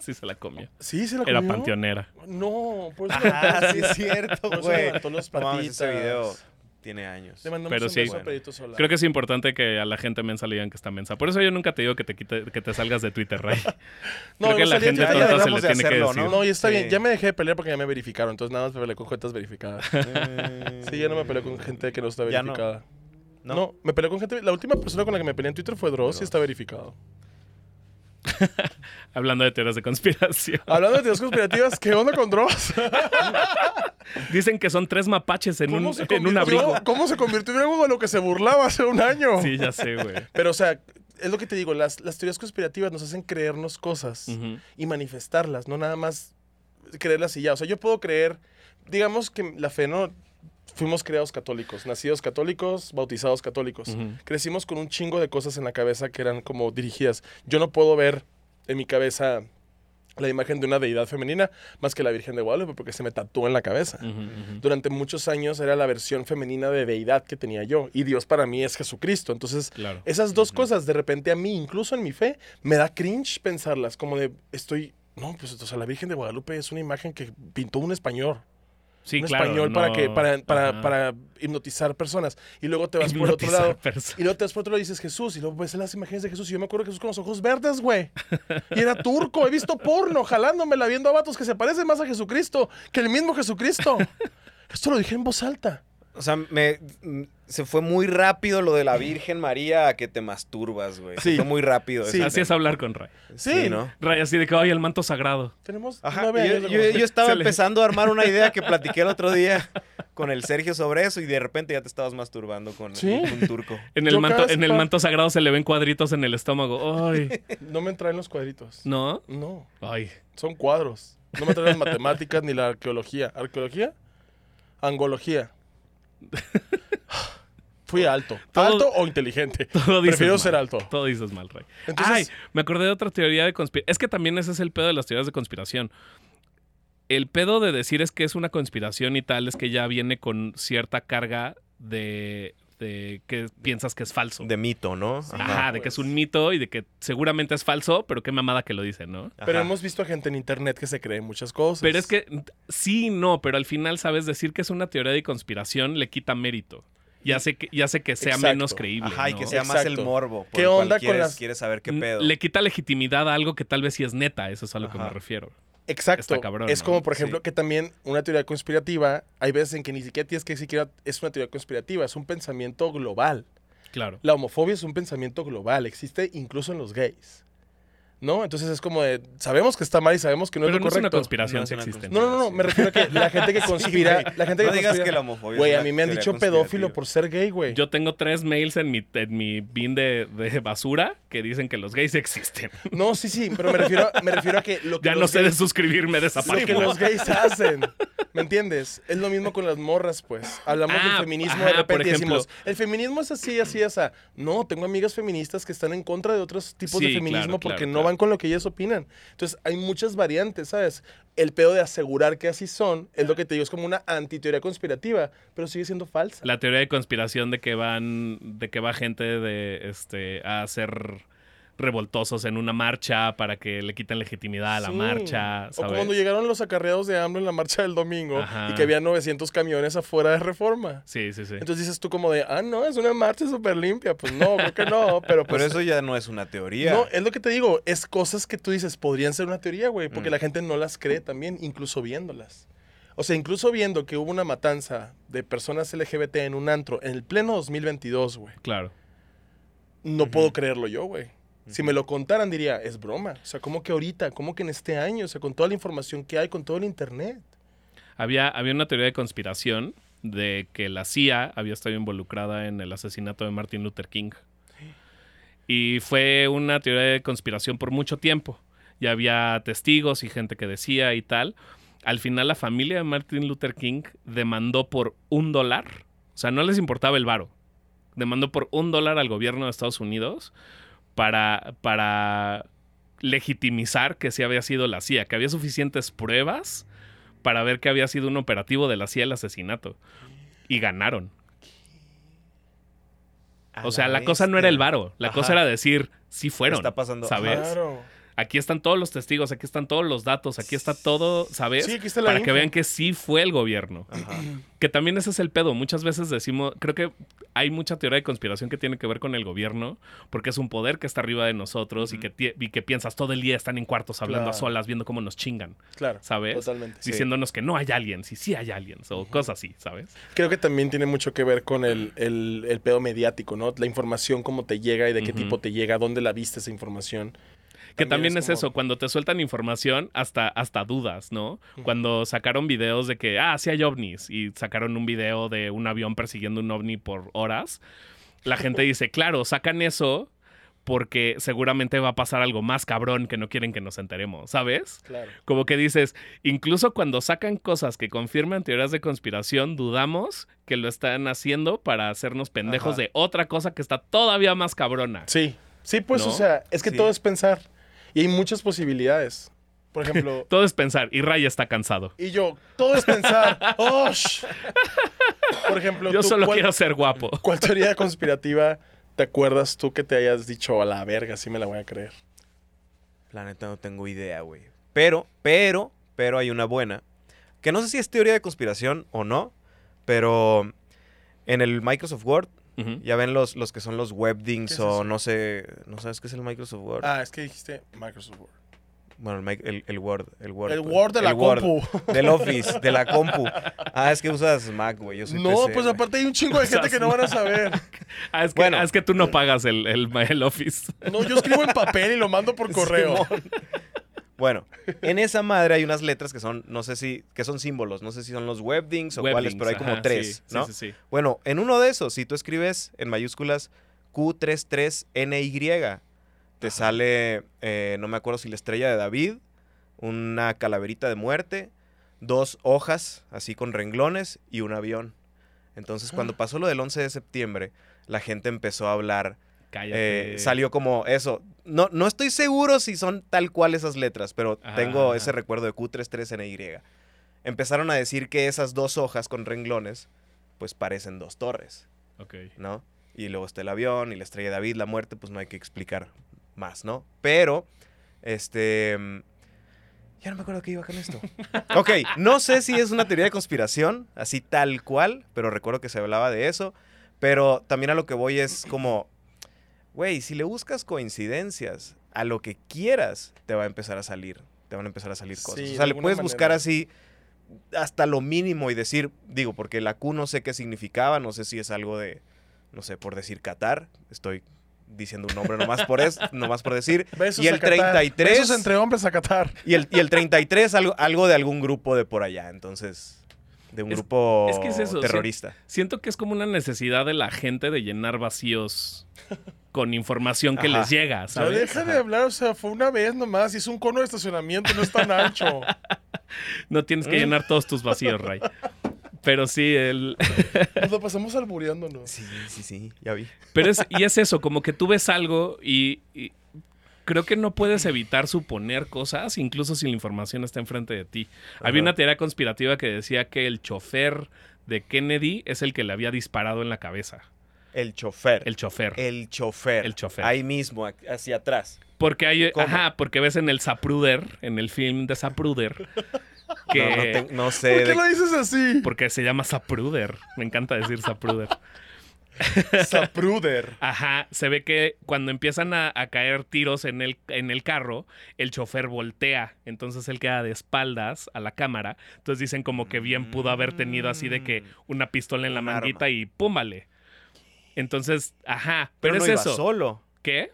sí se la comió. Sí, se la comió. Era panteonera. No, por eso, Ah, sí es cierto, por eso güey. levantó los No mames, ese patitas. video tiene años. Le mandamos Pero un sí. beso a Bueno. Pedrito Sola. Creo que es importante que a la gente mensa le digan que está mensa. Por eso yo nunca te digo que te, quite- que te salgas de Twitter, Ray. No, Creo que no la salía gente ya, ya tonta se le dejamos de tiene que hacerlo, decir. No, no, y está Sí. bien. Ya me dejé de pelear porque ya me verificaron. Entonces nada más me peleé con cuentas verificadas. Eh, Sí, ya no me peleo con gente que no está Ya no. verificada. No. No. me peleé con gente. La última persona con la que me peleé en Twitter fue Dross y está verificado. Hablando de teorías de conspiración. Hablando de teorías conspirativas, ¿qué onda con Dross? Dicen que son tres mapaches en, un, en un convirtió- abrigo. ¿Cómo se convirtió en algo de lo que se burlaba hace un año? Sí, ya sé, güey. Pero, o sea, es lo que te digo, las, las teorías conspirativas nos hacen creernos cosas Ujú. y manifestarlas, no nada más creerlas y ya. O sea, yo puedo creer, digamos que la fe, ¿no? Fuimos creados católicos, nacidos católicos, bautizados católicos. Ujú. Crecimos con un chingo de cosas en la cabeza que eran como dirigidas. Yo no puedo ver en mi cabeza la imagen de una deidad femenina más que la Virgen de Guadalupe porque se me tatuó en la cabeza. Durante muchos años era la versión femenina de deidad que tenía yo y Dios para mí es Jesucristo. Entonces, Claro. esas dos cosas de repente a mí, incluso en mi fe, me da cringe pensarlas, como de estoy, no, pues o sea, la Virgen de Guadalupe es una imagen que pintó un español. Sí, un claro. español para no- que para, para, ajá. para hipnotizar personas y luego te vas por el otro Hipnotizar lado personas. y luego te vas por otro lado y dices Jesús y luego ves las imágenes de Jesús y yo me acuerdo que Jesús con los ojos verdes güey y era turco he visto porno jalándomela viendo a vatos que se parecen más a Jesucristo que el mismo Jesucristo esto lo dije en voz alta O sea, me, mm, se fue muy rápido lo de la Virgen María a que te masturbas, güey. Se Sí. Fue muy rápido. Sí. ese Así es tema. hablar con Ray. sí, ¿no? Ray así de que, oye, el manto sagrado. tenemos Ajá, nueve yo, años de yo- conocer. yo estaba Se le- empezando a armar una idea que platiqué el otro día con el Sergio sobre eso y de repente ya te estabas masturbando con Sí. un turco. En el, Yo manto, cada en el semana- manto sagrado se le ven cuadritos en el estómago. Ay, no me traen los cuadritos ¿no? no Ay. son cuadros no me traen las matemáticas ni la arqueología arqueología angología Fui alto. Todo- ¿Alto o inteligente? Todo dices Prefiero mal. ser alto. Todo dices mal, Ray. Entonces- Ay, me acordé de otra teoría de conspiración. Es que también ese es el pedo de las teorías de conspiración. El pedo de decir es que es una conspiración y tal es que ya viene con cierta carga de, de que piensas que es falso. De mito, ¿no? Ajá, de que pues. es un mito y de que seguramente es falso, pero qué mamada que lo dicen, ¿no? Pero Ajá. hemos visto a gente en internet que se cree muchas cosas. Pero es que mm, sí, y no, pero al final, ¿sabes? Decir que es una teoría de conspiración le quita mérito. Y hace que, y hace que sea Exacto. menos creíble. Ajá, y ¿no? que sea más el Exacto. morbo. por ¿Qué el cual onda con quieres, las- Quieres saber qué N- pedo. Le quita legitimidad a algo que tal vez sí es neta, eso es a lo que me Ajá. refiero. Exacto. está cabrón, es ¿no? como, por ejemplo, Sí. que también una teoría conspirativa, hay veces en que ni siquiera tienes que siquiera es una teoría conspirativa, es un pensamiento global. Claro. La homofobia es un pensamiento global, existe incluso en los gays. ¿No? Entonces es como de, sabemos que está mal y sabemos que no pero es no lo es una correcto. conspiración No es si una existe. no, no, no, me refiero a que la gente que conspira, güey. la gente No que digas conspira- que la homofobia. es Güey, a una mí me han teoría dicho pedófilo conspirativa. por ser gay, güey. Yo tengo tres mails en mi, en mi bin de, de basura que dicen que los gays existen. No, sí, sí, pero me refiero, me refiero a que lo que Ya no los sé de gays- suscribirme de esa lo que página. los gays hacen. ¿Me entiendes? Es lo mismo con las morras, pues. Hablamos Ah, del feminismo ajá, de por repente y ejemplo. decimos, el feminismo es así, así, esa. No, tengo amigas feministas que están en contra de otros tipos Sí, de feminismo claro, porque claro, no claro. van con lo que ellas opinan. Entonces, hay muchas variantes, ¿sabes? El pedo de asegurar que así son es lo que te digo, es como una antiteoría conspirativa, pero sigue siendo falsa. La teoría de conspiración de que van, de que va gente de este a ser revoltosos en una marcha para que le quiten legitimidad a la Sí. marcha. O como ¿sabes? cuando llegaron los acarreados de AMLO en la marcha del domingo Ajá. y que había 900 camiones afuera de reforma. Sí, sí, sí. Entonces dices tú como de, ah, no, es una marcha súper limpia. Pues no, creo que no, pero pues Pero eso ya no es una teoría. No, es lo que te digo, es cosas que tú dices podrían ser una teoría, güey, porque Mm. la gente no las cree también, incluso viéndolas. O sea, incluso viendo que hubo una matanza de personas LGBT en un antro en el pleno 2022, güey. claro. No puedo creerlo yo, güey. Si me lo contaran diría, es broma. O sea, ¿cómo que ahorita? ¿Cómo que en este año? O sea, con toda la información que hay, con todo el internet. Había, había una teoría de conspiración de que la CIA había estado involucrada en el asesinato de Martin Luther King. Y fue una teoría de conspiración por mucho tiempo. Y había testigos y gente que decía y tal. Al final la familia de Martin Luther King demandó por un dólar. O sea, no les importaba el varo. Demandó por un dólar al gobierno de Estados Unidos para, para legitimizar que sí había sido la CIA, que había suficientes pruebas para ver que había sido un operativo de la CIA el asesinato. Y ganaron. A O sea, Ah, la cosa no era este, el varo. La Ajá. cosa era decir, sí fueron. Está pasando. ¿Sabes? Claro. Aquí están todos los testigos, aquí están todos los datos, aquí está todo, ¿sabes? Sí, aquí está la para que info. vean que sí fue el gobierno. Ajá. Que también ese es el pedo. Muchas veces decimos, creo que hay mucha teoría de conspiración que tiene que ver con el gobierno, porque es un poder que está arriba de nosotros y, Ujú. que, tie- y que piensas todo el día están en cuartos hablando a Claro. solas, viendo cómo nos chingan, Claro. ¿sabes? Totalmente. Sí. Diciéndonos que no hay aliens y sí hay aliens o cosas así, ¿sabes? Creo que también tiene mucho que ver con el, el, el pedo mediático, ¿no? La información, cómo te llega y de qué Ujú. tipo te llega, dónde la viste esa información. Que también es, como- eso, cuando te sueltan información, hasta, hasta dudas, ¿no? Cuando sacaron videos de que, ah, sí hay ovnis, y sacaron un video de un avión persiguiendo un ovni por horas, la gente dice, claro, sacan eso porque seguramente va a pasar algo más cabrón que no quieren que nos enteremos, ¿sabes? Claro. Como que dices, incluso cuando sacan cosas que confirman teorías de conspiración, dudamos que lo están haciendo para hacernos pendejos Ajá. de otra cosa que está todavía más cabrona. Sí, sí, pues, o ¿No? sea, es que Sí. todo es pensar. Y hay muchas posibilidades. Por ejemplo, Todo es pensar. Y Ray está cansado. y yo, todo es pensar. ¡Osh! Por ejemplo, Yo ¿tú solo cuál- quiero ser guapo. ¿Cuál teoría conspirativa te acuerdas tú que te hayas dicho a la verga? Sí me la voy a creer. La neta no tengo idea, güey. Pero, pero, pero hay una buena. Que no sé si es teoría de conspiración o no, pero en el Microsoft Word, Ujú. ya ven los, los que son los webdings ¿Qué es o eso? no sé, ¿no sabes qué es el Microsoft Word? Ah, es que dijiste Microsoft Word. Bueno, el, mic- el- el Word, el Word. El pues, Word de la el Word, compu. Del Office, de la compu. Ah, es que usas Mac, güey. Yo soy No, PC, pues güey. aparte hay un chingo de gente que no van a saber. Ah, es que, Bueno. ah, es que tú no pagas el, el, el office. No, yo escribo en papel y lo mando por correo. Simón. Bueno, en esa madre hay unas letras que son, no sé si, que son símbolos, no sé si son los webdings o cuáles, Weblinks, pero hay como ajá, tres, sí, ¿no? Sí, sí, sí. Bueno, en uno de esos, si tú escribes en mayúsculas Q33NY, te sale, eh, no me acuerdo si la estrella de David, una calaverita de muerte, dos hojas así con renglones y un avión. Entonces, Ah. cuando pasó lo del 11 de septiembre, la gente empezó a hablar Cállate. eh, salió como eso. No, no estoy seguro si son tal cual esas letras, pero Ajá, tengo ajá. ese recuerdo de Q33NY. Empezaron a decir que esas dos hojas con renglones, pues parecen dos torres, Ok. ¿no? Y luego está el avión y la estrella de David, la muerte, pues no hay que explicar más, ¿no? Pero, este... mm, Ya no me acuerdo qué iba con esto. Ok, no sé si es una teoría de conspiración, así tal cual, pero recuerdo que se hablaba de eso. Pero también a lo que voy es como, güey, si le buscas coincidencias a lo que quieras, te va a empezar a salir. Te van a empezar a salir Sí, cosas. de o sea, le alguna puedes buscar manera. así hasta lo mínimo y decir, digo, porque la Q no sé qué significaba, no sé si es algo de, no sé, por decir Qatar, estoy diciendo un nombre nomás por es, nomás por decir. Besos y el a Qatar. 33 Besos entre hombres a Qatar. y el, y el 33, algo, algo de algún grupo de por allá, entonces. De un Es- grupo es que es eso, sí. terrorista. Siento que es como una necesidad de la gente de llenar vacíos con información que Ajá. les llega, No ¿sabes? deja de hablar, o sea, fue una vez nomás. Y es un cono de estacionamiento, no es tan ancho. No tienes Mm. que llenar todos tus vacíos, Ray. Pero sí, el, Nos lo pasamos albureándonos. Sí, sí, sí, ya vi. Pero es, y es eso, como que tú ves algo y, y creo que no puedes evitar suponer cosas, incluso si la información está enfrente de ti. Había Ajá. una teoría conspirativa que decía que el chofer de Kennedy es el que le había disparado en la cabeza. El chofer. El chofer. El chofer. El chofer. Ahí mismo, ac- hacia atrás. porque hay. ¿Cómo? Ajá, porque ves en el Zapruder, en el film de Zapruder, que. No, no te- no sé. ¿Por qué de- lo dices así? Porque se llama Zapruder. Me encanta decir Zapruder. Sapruder. Ajá, se ve que cuando empiezan a, a caer tiros en el, en el carro, el chofer voltea, entonces él queda de espaldas a la cámara, entonces dicen como que bien pudo haber tenido así de que una pistola en la Mm. Un manguita arma. y púmale. Entonces, ajá, pero, Pero no es iba eso. solo. ¿Qué?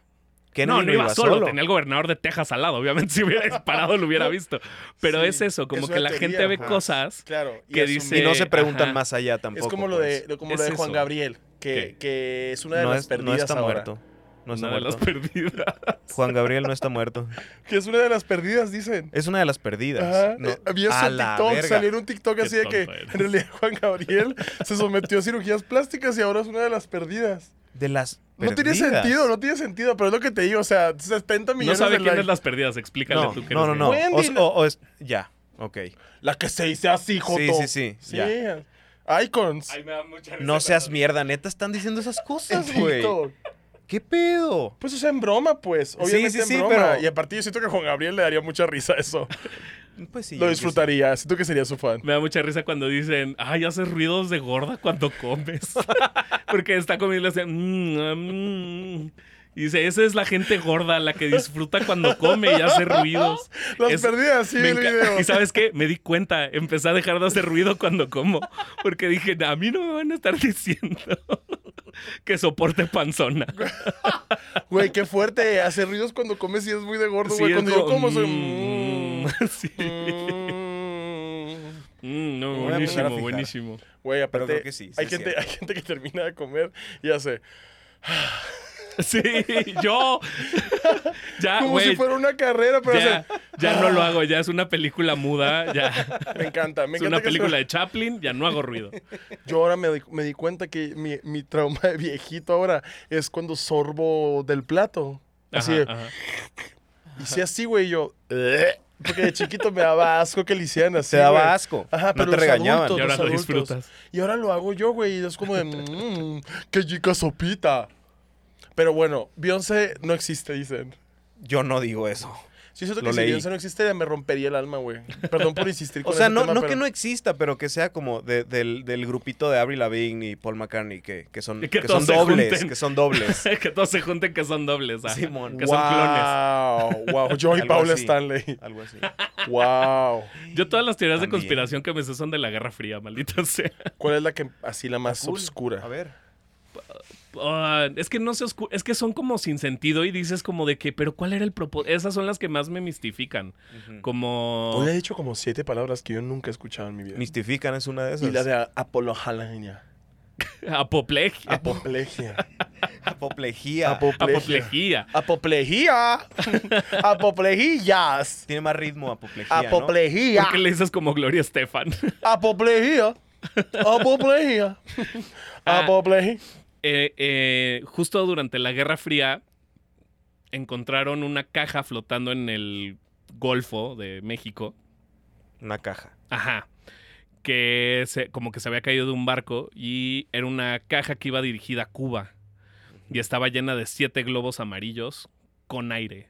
Que no, no iba, solo, tenía el gobernador de Texas al lado, obviamente si hubiera disparado lo hubiera visto, pero Sí, es eso, es como que una la teoría, gente ve ajá. cosas Claro. y Que asumir- dice- Y no se preguntan Ajá. más allá tampoco. es como lo pues. de, lo- como lo Es de Juan eso. Gabriel, que, ¿Qué? que es una de No, las es- no perdidas está ahora. muerto. No está una de las muerto. perdidas. Juan Gabriel no está muerto. Que es una de las perdidas, dicen. Es una de las perdidas. Ajá. No. Eh, Vi eso A en la TikTok, verga. salió en un TikTok Qué así de que tonto eres. en realidad Juan Gabriel se sometió a cirugías plásticas y ahora es una de las perdidas. De las No tiene perdidas. sentido, no tiene sentido, pero es lo que te digo, o sea, 70 No millones de sabe quién es likes. las perdidas, explícale No, tú que no, no. no. eres gay. gay. O, Wendy, o- o es- ya, ok. La que se dice así, Joto. Sí, sí, sí. Sí. ya. Icons. Ay, me da mucha No risa seas cuando- mierda, neta, están diciendo esas cosas, En güey. TikTok. ¿Qué pedo? Pues, o sea, en broma, pues. Obviamente sí, sí, en broma. pero- Y aparte, yo siento que a Juan Gabriel le daría mucha risa eso. Pues sí. Lo yo creo que disfrutaría. Siento que sería su fan. Me da mucha risa cuando dicen, ay, haces ruidos de gorda cuando comes. Porque está comiendo y le hace, "Mm, ah, mm". Y dice, esa es la gente gorda, la que disfruta cuando come y hace ruidos. Las Es- perdidas, sí, Me el enca- video. Y sabes qué, me di cuenta, empecé a dejar de hacer ruido cuando como, porque dije, a mí no me van a estar diciendo que soporte panzona. Güey, qué fuerte. Hacer ruidos cuando comes y es muy de gordo, Sí, güey. es cuando yo como soy. "Mm". Sí. Mm. Mm, no, Me voy a empezar a buenísimo, fijar. buenísimo. Güey, aparte. Pero creo que sí, sí hay, es gente, cierto. hay gente que termina de comer y hace. Sí, yo. ya, Como si Ah, güey. fuera una carrera, pero ya, hace. ya no lo hago, ya es una película muda, ya Me encanta, me es encanta. una que sea- película de Chaplin, ya no hago ruido. Yo ahora me, doy- me di cuenta que mi, mi trauma de viejito ahora es cuando sorbo del plato. Así Ajá, de, ajá. Y si así, güey, yo. eh, Porque de chiquito me daba asco que le hicieran así. Te daba güey. asco, Ajá, no pero te los regañaban. adultos, Y ahora los lo adultos. disfrutas. Y ahora lo hago yo, güey. y Es como de. Mmm, ¡Qué chica sopita! Pero bueno, Beyoncé no existe, dicen. Yo no digo eso. Sí, es cierto Lo que si leí. Beyoncé no existe, me rompería el alma, güey. Perdón por insistir con O sea, ese no, tema, no pero- que no exista, pero que sea como de- del, del grupito de Avril Lavigne y Paul McCartney, que, que son, Y que que son todos se dobles, junten. que son dobles. que todos se junten que son dobles. ajá. Simón. Que son clones. Wow, wow. Yo y Algo Paula así. Stanley. Algo así. Ah, Wow. Yo todas las teorías de También. conspiración que me sé son de la Guerra Fría, maldita sea. ¿Cuál es la que así la más Cool. oscura? A ver. Ah, es que no se oscu- es que son como sin sentido y dices como de que, pero ¿cuál era el propósito? Esas son las que más me mistifican. Ujú. Como... Hoy he dicho como siete palabras que yo nunca he escuchado en mi vida. Mistifican es una de esas. Y la de apología. Apoplejía. Apoplejía. Apoplejía. Apoplejía. Apoplejía. Apoplejía. Apoplejías. Tiene más ritmo apoplejía, ¿no? Apoplejía. ¿Por qué le dices como Gloria Estefan? Apoplejía. Apoplejía. Ah. Apoplejía. Eh, eh, justo durante la Guerra Fría encontraron una caja flotando en el Golfo de México. Una caja. Ajá. Que se- como que se había caído de un barco y era una caja que iba dirigida a Cuba. Y estaba llena de siete globos amarillos con aire.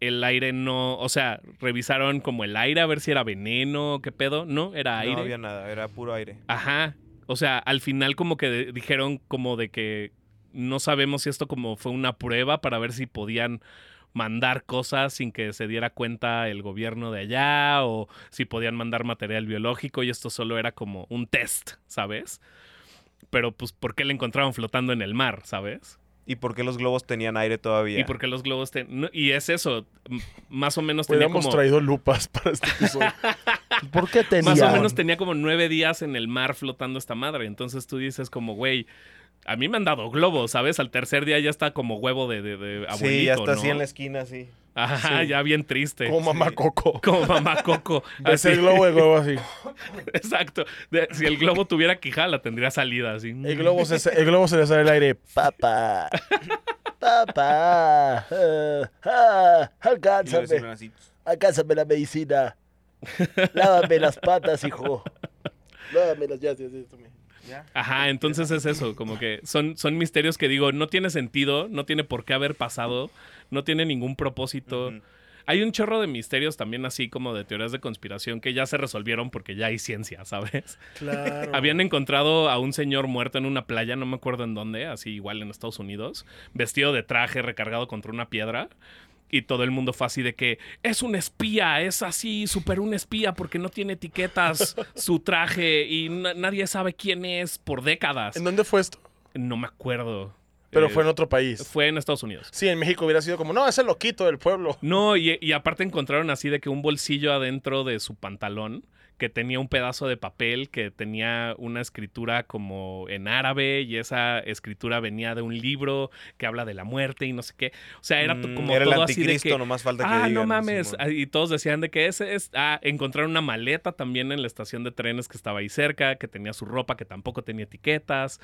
El aire no, o sea, revisaron como el aire a ver si era veneno, qué pedo. No, era aire. No había nada, era puro aire. Ajá. O sea, al final como que de- dijeron como de que no sabemos si esto como fue una prueba para ver si podían mandar cosas sin que se diera cuenta el gobierno de allá o si podían mandar material biológico y esto solo era como un test, ¿sabes? Pero pues ¿por qué le encontraron flotando en el mar, ¿sabes? ¿Y por qué los globos tenían aire todavía? Y por qué los globos... te- no- y es eso, m- más o menos tenía Hubiéramos como... traído lupas para este episodio. ¿Por qué te Más o León. menos tenía como nueve días en el mar flotando esta madre. Entonces tú dices como, güey, a mí me han dado globos, ¿sabes? Al tercer día ya está como huevo de, de, de abuelito, sí, ya está ¿no? así en la esquina, así. Ajá, sí. ya bien triste. Como mamá coco. Como mamá coco. Ves Así. el globo, el globo así. Exacto. De- si el globo tuviera quijada, tendría salida así. El globo se, el globo se le sale el aire. Papá. Papá. Ah, ah, Y luego siempre alcánzame. así. Alcánzame la medicina. Lávame las patas, hijo. Lávame las ya, ya, ya, tome. Ajá, entonces es eso, como que son, son misterios que digo, no tiene sentido, no tiene por qué haber pasado, no tiene ningún propósito. Ujú. Hay un chorro de misterios también así como de teorías de conspiración que ya se resolvieron porque ya hay ciencia, ¿sabes? Claro. Habían encontrado a un señor muerto en una playa, no me acuerdo en dónde, así igual en Estados Unidos, vestido de traje, recargado contra una piedra. Y todo el mundo fue así de que es un espía, es así, súper un espía, porque no tiene etiquetas su traje y na- nadie sabe quién es por décadas. ¿En dónde fue esto? No me acuerdo. Pero Eh, fue en otro país. fue en Estados Unidos. Sí, en México hubiera sido como, no, es el loquito del pueblo. No, y, y aparte encontraron así de que un bolsillo adentro de su pantalón que tenía un pedazo de papel que tenía una escritura como en árabe y esa escritura venía de un libro que habla de la muerte y no sé qué. O sea, era to- Mm, como era el todo así de anticristo, que... nomás falta que Ah, no digan, mames. Simón. Ah, Y todos decían de que ese es. Ah, encontraron una maleta también en la estación de trenes que estaba ahí cerca, que tenía su ropa, que tampoco tenía etiquetas.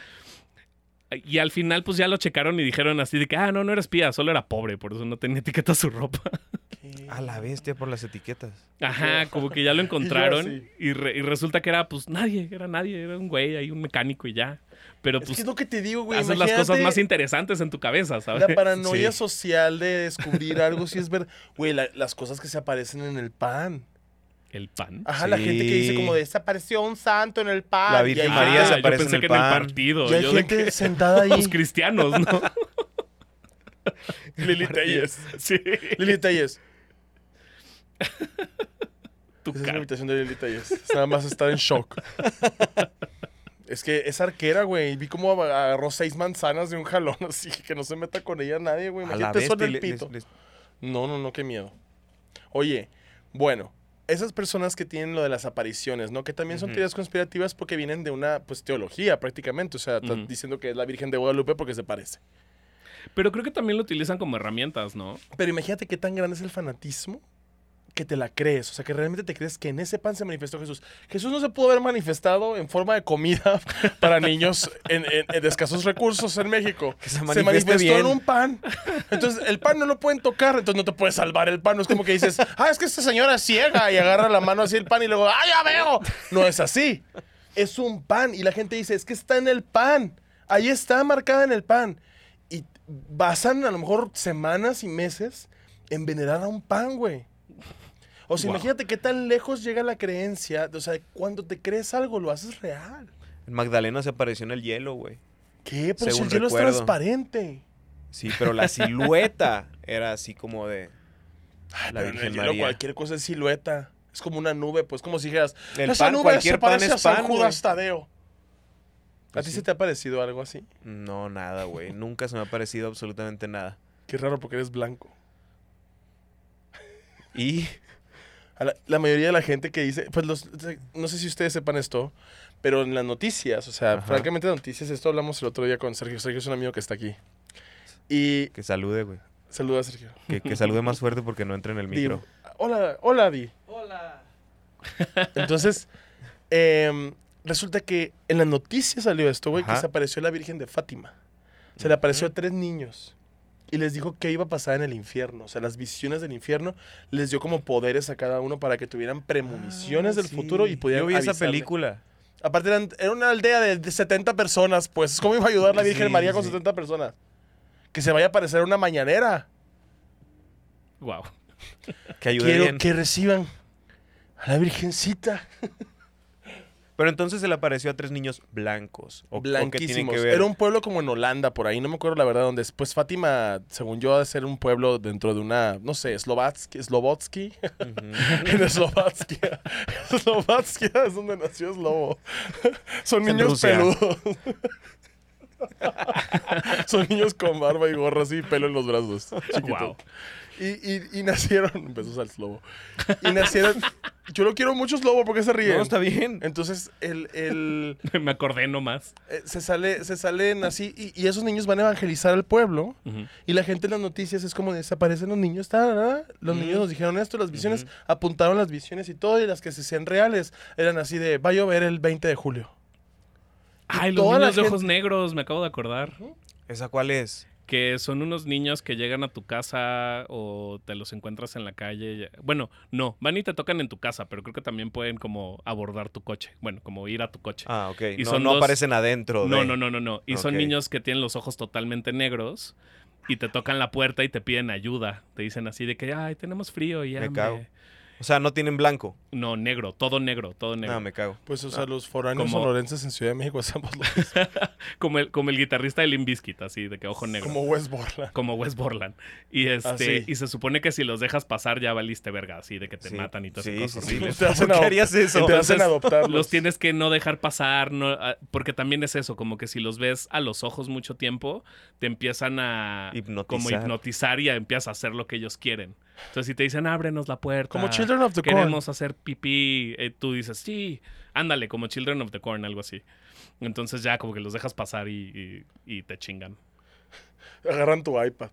Y al final, pues ya lo checaron y dijeron así de que, ah, no, no era espía, solo era pobre, por eso no tenía etiqueta su ropa. A Ah, la bestia por las etiquetas. Ajá, como que ya lo encontraron. así. y, re- y resulta que era, pues nadie, era nadie, era un güey, ahí un mecánico y ya. Pero Es pues que es lo que te digo, güey. haces las cosas imagínate más interesantes en tu cabeza, ¿sabes? La paranoia Sí. social de descubrir algo, si es verdad. Güey, la- las cosas que se aparecen en el pan. El pan. Ajá, la gente que dice como Sí. de, desapareció un santo en el pan. La Virgen y ahí- María se Ah, yo aparece pensé en el que en pan. el partido. Y hay yo de gente que- sentada ahí. los cristianos, ¿no? Lili Telles. sí. Lili Telles. Tu Esa es la cara. invitación de Lili Telles. Es Nada más estar en shock. Es que es arquera, güey. Vi cómo ag- agarró seis manzanas de un jalón, así que no se meta con ella nadie, güey. A la Imagínate eso en bestia. y el le- pito. les- les- No, no, no, qué miedo. Oye, bueno, esas personas que tienen lo de las apariciones, ¿no? Que también son Ujú. teorías conspirativas porque vienen de una, pues, teología prácticamente. O sea, están Ujú. diciendo que es la Virgen de Guadalupe porque se parece. Pero creo que también lo utilizan como herramientas, ¿no? Pero imagínate qué tan grande es el fanatismo que te la crees, o sea, que realmente te crees que en ese pan se manifestó Jesús. Jesús no se pudo haber manifestado en forma de comida para niños en, en- en de escasos recursos en México. se se manifieste manifestó en bien. un pan. Entonces, el pan no lo pueden tocar, entonces no te puedes salvar el pan. No es como que dices, ah, es que esta señora es ciega y agarra la mano así el pan y luego, ¡ah, ya veo! No es así. Es un pan y la gente dice, es que está en el pan. Ahí está marcada en el pan. Y basan a lo mejor semanas y meses en venerar a un pan, güey. O sea, Wow. imagínate qué tan lejos llega la creencia. O sea, cuando te crees algo, lo haces real. En Magdalena se apareció en el hielo, güey. ¿Qué? Pero si Según el hielo recuerdo. es transparente. Sí, pero la silueta era así como de. Ay, pero La en el Virgen hielo María. cualquier cosa es silueta. Es como una nube, pues como si dijeras, El esa pan, nube se cualquier pan parece es a San pan, güey". Judas Tadeo. ¿A Pues ti sí. se te ha parecido algo así? No, nada, güey. Nunca se me ha parecido absolutamente nada. Qué raro porque eres blanco. Y. A la, la mayoría de la gente que dice, pues los, no sé si ustedes sepan esto, pero en las noticias, o sea, Ajá. francamente noticias, esto hablamos el otro día con Sergio. Sergio es un amigo que está aquí. Y Que salude, güey. saluda a Sergio. Que, que salude más fuerte porque no entra en el Di, micro. hola, hola, Di. Hola. Entonces, em, resulta que en la noticia salió esto, güey, que Ajá. se apareció la Virgen de Fátima. Se le apareció a tres niños y les dijo qué iba a pasar en el infierno. O sea, las visiones del infierno les dio como poderes a cada uno para que tuvieran premoniciones del Ah, Sí. futuro y pudieran Yo vi esa avisarle. película. Aparte, eran- era una aldea de, de 70 personas, pues. ¿Cómo iba a ayudar la Virgen Sí, María con sí. 70 personas? Que se vaya a aparecer una mañanera. Wow. Que ayude Quiero bien. que reciban a la Virgencita. Pero entonces se le apareció a tres niños blancos. O, o que tienen blanquísimos. que ver. Era un pueblo como en Holanda, por ahí, no me acuerdo la verdad, donde después Fátima, según yo, ha de ser un pueblo dentro de una, no sé, Slovatsky, Slovotsky, Ujú. en Eslovaquia. Eslovaquia es donde nació Slobo. Son En niños Rusia. peludos. Son niños con barba y gorra así, y pelo en los brazos. chiquitos. Wow. Y, y- y nacieron, besos al Slobo. Y nacieron, yo lo quiero mucho Slobo porque se ríen. No, está bien. Entonces, el- el Me acordé nomás. eh, se sale, se salen así y, y esos niños van a evangelizar al pueblo Ujú. y la gente en las noticias es como desaparecen los niños, ta, ta, ta. los niños nos dijeron esto, las visiones, apuntaron las visiones y todo y las que se sean reales eran así de va a llover el 20 de julio. Ay, los toda la niños de ojos gente- negros, me acabo de acordar. ¿Esa cuál es? Que son unos niños que llegan a tu casa o te los encuentras en la calle. Bueno, no, van y te tocan en tu casa, pero creo que también pueden como abordar tu coche. Bueno, como ir a tu coche. Ah, ok. Y no, son no dos- aparecen adentro. No, de- no, no, no, no. Y son Ok. niños que tienen los ojos totalmente negros y te tocan la puerta y te piden ayuda. Te dicen así de que, ay, tenemos frío y Me hambre". cago. O sea, no tienen blanco. No, negro, todo negro, todo negro. No, me cago. Pues o sea, los foráneos Como- sonorenses en Ciudad de México hacemos lo mismo, Como, el, como el guitarrista de Limbiskit, así de que ojo negro. como Como, West Borland. Wes Borland. Y este Ah, sí. y se supone que si los dejas pasar ya valiste verga, así de que te Sí. matan y todas Sí, esas cosas sí, sí. horribles. Te hacen ¿Por qué adop- harías eso? Te hacen Entonces, adoptarlos. Los tienes que no dejar pasar, no, ah, porque también es eso, como que si los ves a los ojos mucho tiempo, te empiezan a como Hipnotizar. hipnotizar y a- empiezas a hacer lo que ellos quieren. Entonces, si te dicen, ábrenos la puerta. como Children of the Corn. Queremos hacer pipí. eh, tú dices, sí, ándale, como Children of the Corn, algo así. Entonces ya como que los dejas pasar y, y- y te chingan. Agarran tu iPad.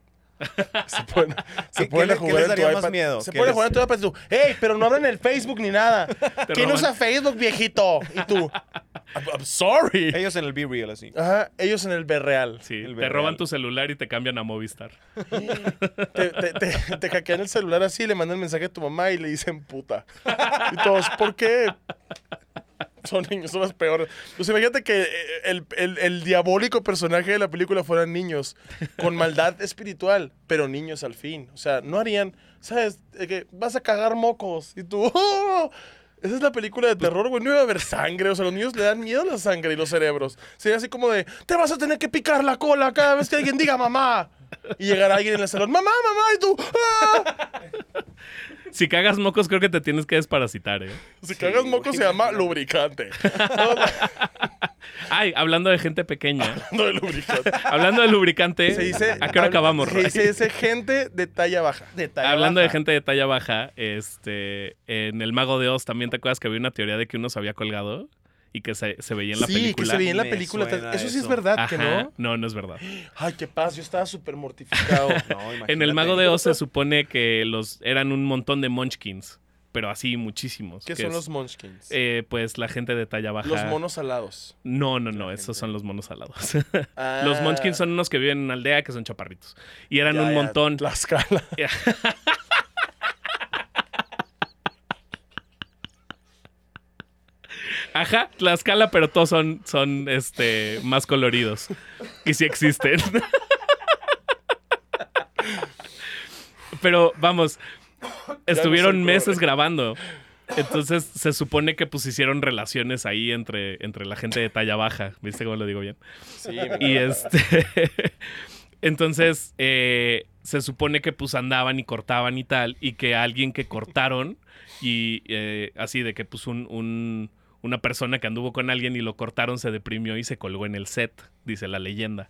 Se pueden, se ¿Qué- pueden qué le- jugar qué en les tu daría más iPad. miedo? Se ¿Qué pueden les- jugar en tu iPad y tú, hey, pero no abren el Facebook ni nada. Te ¿Quién roban. usa Facebook, viejito? Y tú, I'm, I'm sorry. Ellos en el Be Real, así. Ajá, ellos en el Berreal. Sí, El te verreal. roban tu celular y te cambian a Movistar. Te, te, te- te hackean el celular así, le mandan mensaje a tu mamá y le dicen puta. Y todos, ¿por qué? Son niños, son los peores. Pues imagínate que eh, el, el- el diabólico personaje de la película fueran niños, con maldad espiritual, pero niños al fin. O sea, no harían, ¿sabes? De que vas a cagar mocos y tú... "Oh". Esa es la película de terror, güey. No iba a haber sangre. O sea, los niños le dan miedo a la sangre y los cerebros. Sería así como de, te vas a tener que picar la cola cada vez que alguien diga mamá. Y llegará alguien en el salón, mamá, mamá, y tú, ¡ah! Si cagas mocos, creo que te tienes que desparasitar, ¿eh? Si cagas moco se llama lubricante. No, Ay, hablando de gente pequeña, no de lubricante. hablando de lubricante, Se dice, ¿a qué hora acabamos? Se Ray? dice, "Es gente de talla baja. Hablando de gente de talla baja, este, en El Mago de Oz también te acuerdas que había una teoría de que uno se había colgado y que se, se veía en la sí, película. que se veía en la Me película. suena Eso sí es eso. verdad que Ajá. no. No, no es verdad. Ay, qué paz, yo estaba súper mortificado. No, En El Mago de Oz se supone que los eran un montón de munchkins, pero así muchísimos. ¿Qué que son es, los munchkins? eh, pues la gente de talla baja. Los monos alados. No, no, no, La esos gente. son los monos alados. Ah, Los munchkins son unos que viven en una aldea que son chaparritos. Y eran ya, un ya, montón. Tlaxcala. Ajá, Tlaxcala, pero todos son, son este, más coloridos. Y sí existen. pero vamos, no estuvieron soy meses color. grabando. Entonces se supone que pues hicieron relaciones ahí entre, entre la gente de talla baja. ¿Viste cómo lo digo bien? Sí, Y este. Entonces, eh, se supone que pues andaban y cortaban y tal, y que alguien que cortaron, y eh, así de que pues un, un- una persona que anduvo con alguien y lo cortaron se deprimió y se colgó en el set, dice la leyenda.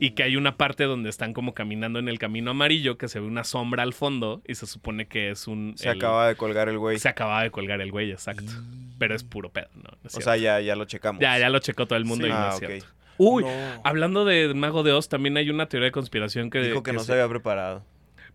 Y que hay una parte donde están como caminando en el camino amarillo que se ve una sombra al fondo y se supone que es un... Se el- acaba de colgar el güey. se acababa de colgar el güey, exacto. Pero es puro pedo, ¿no? no es O sea, cierto. ya, ya lo checamos. ya, ya lo checó todo el mundo Sí. y no Ah, es ok. cierto. Uy, No. Hablando de Mago de Oz, también hay una teoría de conspiración que... Dijo que no se- se había preparado.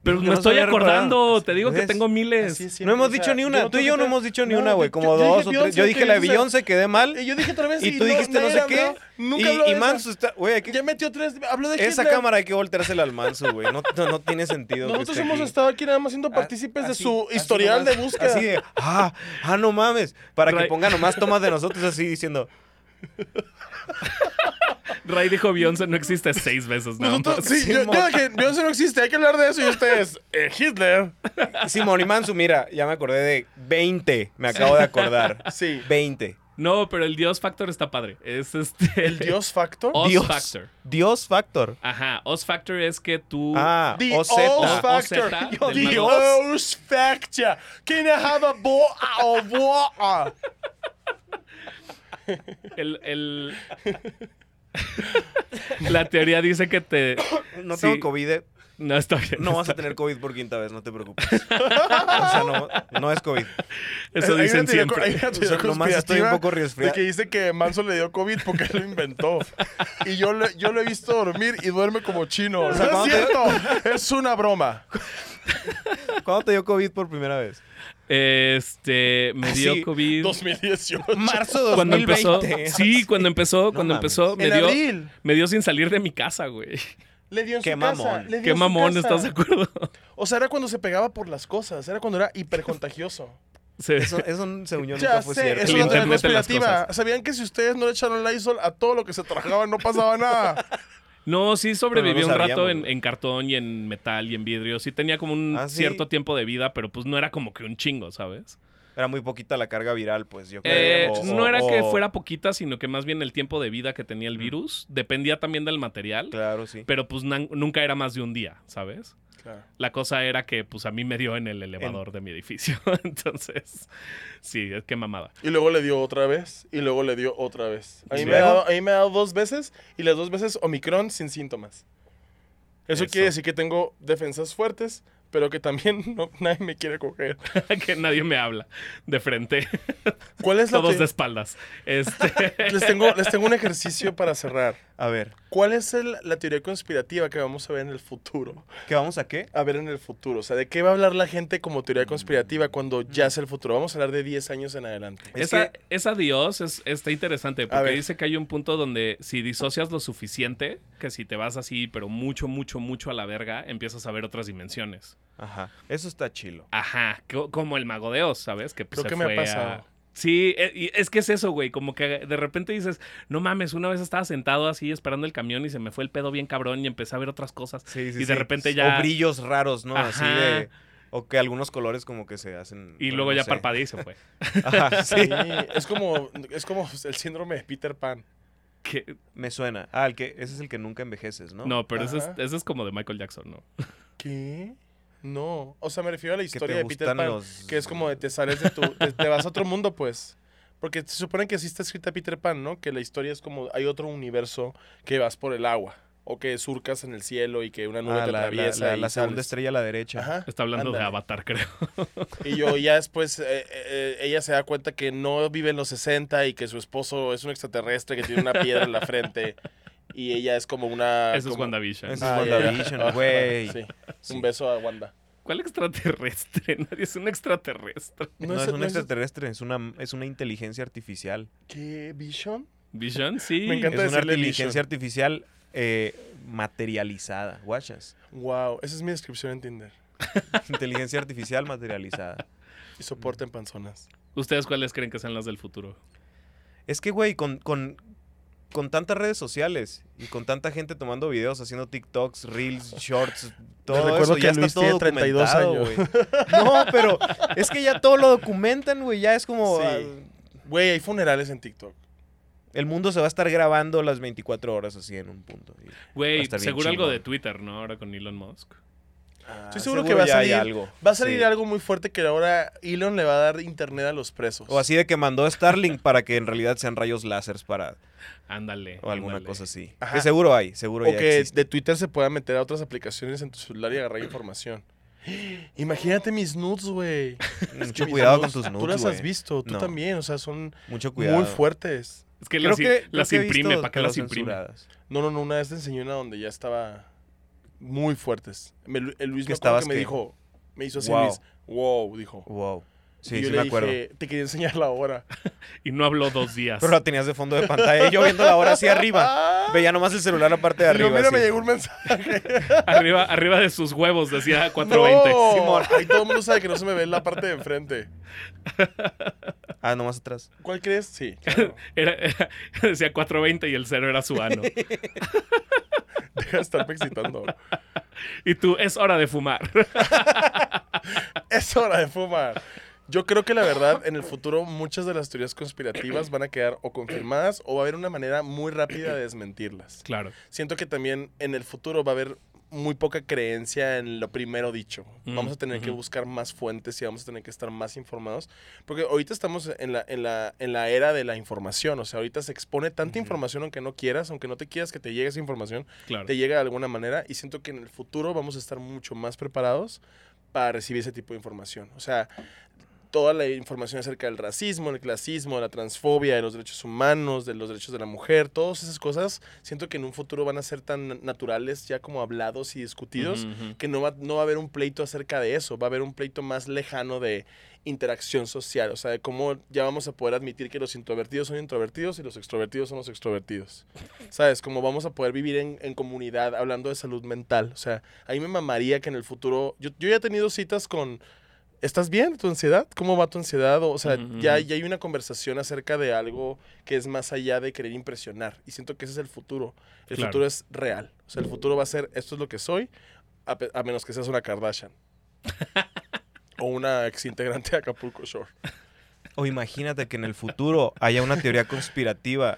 Pero Dijo que no me se estoy había acordando, reparado. te digo que ¿Ves? tengo miles. Así es No siempre, hemos o sea, dicho ni una. no Tú y yo no tengo- hemos dicho ni No, una, güey. yo- Como yo dije dos o tres. Beyoncé, Yo dije ¿qué la de dices? Beyoncé, quedé mal. Eh, Yo dije otra vez. Y tú dijiste no nadie sé qué. habló, Y, Nunca habló de y esa. Manso está. Güey, aquí- Ya metió tres. Habló de esa Hitler. cámara hay que volteársela al Manso, güey. No, no, no tiene sentido. que Nosotros esté hemos aquí. estado aquí nada más siendo partícipes de Ah, así- su así historial nomás, de búsqueda. Así de, ah, ah, no mames. Para que Ray- ponga nomás tomas de nosotros así diciendo, Ray dijo Beyoncé no existe seis veces, nada Nosotros, más. sí, yo, yo dije, Beyoncé no existe, hay que hablar de eso. Y ustedes, eh, Hitler. Simón y Manso, mira, ya me acordé de 20. Me acabo de acordar. Sí. 20. No, pero el Dios Factor está padre. Es este... El Dios Factor. Oz Dios. Factor. Dios Factor. Ajá, Oz Factor es que Uh, tú... Ah, The o Oz Oz Z. Factor. Zeta, Yo- del The mago. Oz Factor. Can I have a boa o boa? El, el- la teoría dice que te... No Sí. tengo COVID. eh. No, está bien. No vas a tener COVID por quinta vez, no te preocupes. O sea, no, no es COVID. Eso Hay una dicen teoría- Hay siempre. una teoría O sea, nomás conspirativa estoy un poco De resfriado. que dice que Manso le dio COVID porque él lo inventó. Y yo, lo- yo lo he visto dormir y duerme como chino. no sea, es cuando te- cierto. Es una broma. ¿Cuándo te dio COVID por primera vez? Este, me dio Ah, Sí, COVID... 2018. Marzo 2020. Cuando empezó, sí, cuando empezó, cuando mames. empezó, me En dio, abril. me dio sin salir de mi casa, güey. Le dio en Qué su casa, mamón. le dio Qué en su mamón, casa. ¿estás de acuerdo? O sea, era cuando se pegaba por las cosas. Era cuando era hipercontagioso. Se- Eso, eso según yo nunca ya fue sé, cierto. es El una teoría internet de las conspirativa. ¿Sabían que si ustedes no le echaron Lysol a todo lo que se trabajaban no pasaba nada? No, sí sobreviví Pero no un lo rato sabíamos, en, güey. en cartón y en metal y en vidrio. Sí tenía como un Ah, ¿sí? cierto tiempo de vida, pero pues no era como que un chingo, ¿sabes? Era muy poquita la carga viral, pues yo creo. Eh, o- no era o- que fuera poquita, sino que más bien el tiempo de vida que tenía el virus dependía también del material, Claro, sí. pero pues nan- nunca era más de un día, ¿sabes? La cosa era que pues a mí me dio en el elevador de mi edificio. Entonces, sí, es que mamada. Y luego le dio otra vez, y luego le dio otra vez. A mí, ¿Y me ha, luego? dado, a mí me ha dado dos veces, y las dos veces Omicron sin síntomas. Eso, Eso. quiere decir que tengo defensas fuertes, pero que también no- nadie me quiere coger. que nadie me habla de frente, ¿Cuál es la todos te- de espaldas. Este, les, tengo, les tengo un ejercicio para cerrar. A ver, ¿Cuál es el- la teoría conspirativa que vamos a ver en el futuro? ¿qué vamos a qué? A ver en el futuro, o sea, ¿de qué va a hablar la gente como teoría Mm. conspirativa cuando Mm. ya es el futuro? Vamos a hablar de 10 años en adelante. Es esa, que- esa Dios es, está interesante porque ver. dice que hay un punto donde si disocias lo suficiente, que si te vas así, pero mucho, mucho, mucho a la verga, empiezas a ver otras dimensiones. Ajá. Eso está chilo. Ajá, co- como el mago de Oz, ¿sabes? Que pues, Creo se que me ha fue pasado. a- Sí, e- y es que es eso, güey, como que de repente dices, no mames, una vez estaba sentado así esperando el camión y se me fue el pedo bien cabrón y empecé a ver otras cosas. Sí, sí, y sí. de repente ya... O brillos raros, ¿no? Así Ajá. de. O que algunos colores como que se hacen. y bueno, luego no ya sé. parpadeé y se fue. Ajá, sí. Sí, es como, es como el síndrome de Peter Pan. Que- Me suena. Ah, el que, ese es el que nunca envejeces, ¿no? no, pero eso es, Ajá. eso es como de Michael Jackson, ¿no? ¿Qué? No, o sea, me refiero a la te historia de Peter gustan Pan, los- que es como de te sales de tu, te, te vas a otro mundo, pues. Porque se supone que así está escrita Peter Pan, ¿no? Que la historia es como hay otro universo que vas por el agua. o que surcas en el cielo y que una nube Ah, te la, la- atraviesa. la- y la segunda sales. estrella a la derecha. Ajá, Está hablando de ándale. Avatar, creo. Y yo ya después, eh, eh, eh, ella se da cuenta que no vive en los 60 y que su esposo es un extraterrestre que tiene una piedra en la frente. Y ella es como una... Eso es Ah, como- WandaVision. Eso es Ah, ya, ya. WandaVision, Ah, güey. sí. Sí. Un beso a Wanda. ¿Cuál extraterrestre? Nadie es un extraterrestre. No, es, un extraterrestre, es una, es una inteligencia artificial. ¿Qué? ¿Vision? Vision, sí. Me encanta. Es una decirle inteligencia Vision. artificial eh, materializada. Guachas. Wow, esa es mi descripción en Tinder. Inteligencia artificial materializada. Y soporten panzonas. ¿Ustedes cuáles creen que sean las del futuro? Es que, güey, con, con, con tantas redes sociales y con tanta gente tomando videos, haciendo TikToks, Reels, Shorts, todo recuerdo eso, que ya Luis está todo tiene 32 documentado, güey. No, pero es que ya todo lo documentan, güey. Ya es como... Sí. ah, Güey, hay funerales en TikTok. el mundo se va a estar grabando las 24 horas así en un punto. y va a Güey, estar bien seguro algo chingón. de Twitter, ¿no? Ahora con Elon Musk. Ah, Estoy seguro que va a Ah, ya hay salir- algo. Va a salir Sí. algo muy fuerte que ahora Elon le va a dar internet a los presos. O así de que mandó Starlink para que en realidad sean rayos láseres para... Ándale. O alguna ándale. cosa así. Ajá. Que seguro hay, seguro O ya que existe. de Twitter se pueda meter a otras aplicaciones en tu celular y agarrar información. Imagínate mis nudes, güey. Mucho Mis cuidado con nudes, tus nudes, Tú las has güey. visto, tú No. también. O sea, son Mucho cuidado. muy fuertes. Es que Creo las, que, las creo que he imprime. visto, ¿Para qué pero las imprime? censuradas. No, no, no. Una vez te enseñé una donde ya estaba muy fuertes. Me- el Luis ¿Que me, acuerdo estabas que me qué? dijo, me hizo así, Wow. Luis. Wow, dijo. Wow. Y Sí, yo sí le me acuerdo. dije, te quería enseñar la hora. Y no habló dos días. Pero la tenías de fondo de pantalla. Y yo viendo la hora así arriba. Ah, Veía nomás el celular la parte y de arriba. lo mira, así. me llegó un mensaje. arriba, arriba de sus huevos, decía No, 420. Simón. Ahí todo el mundo sabe que no se me ve la parte de enfrente. Ah, nomás atrás. ¿Cuál crees? Sí, claro. Era- era- decía 420 y el cero era su ano. Deja de estarme excitando. Y tú, es hora de fumar. Es hora de fumar. Yo creo que la verdad, en el futuro, muchas de las teorías conspirativas van a quedar o confirmadas o va a haber una manera muy rápida de desmentirlas. Claro. Siento que también en el futuro va a haber muy poca creencia en lo primero dicho. Mm, Vamos a tener que ujú. buscar más fuentes y vamos a tener que estar más informados. Porque ahorita estamos en la, en la, en la era de la información. O sea, ahorita se expone tanta Ujú. información aunque no quieras, aunque no te quieras que te llegue esa información, Claro. te llega de alguna manera y siento que en el futuro vamos a estar mucho más preparados para recibir ese tipo de información. O sea, toda la información acerca del racismo, el clasismo, de la transfobia, de los derechos humanos, de los derechos de la mujer, todas esas cosas, siento que en un futuro van a ser tan naturales ya como hablados y discutidos Ujú, ujú. que no va, no va a haber un pleito acerca de eso, va a haber un pleito más lejano de interacción social, o sea, de cómo ya vamos a poder admitir que los introvertidos son introvertidos y los extrovertidos son los extrovertidos. ¿Sabes? Como vamos a poder vivir en, en comunidad hablando de salud mental. O sea, ahí me mamaría que en el futuro, yo, yo ya he tenido citas con... ¿Estás bien? ¿Tu ansiedad? ¿Cómo va tu ansiedad? O sea, Ujú, ya, ujú. ya hay una conversación acerca de algo que es más allá de querer impresionar. Y siento que ese es el futuro. El Claro. futuro es real. O sea, el futuro va a ser, esto es lo que soy, a, pe- a menos que seas una Kardashian. o una ex integrante de Acapulco Shore. O imagínate que en el futuro haya una teoría conspirativa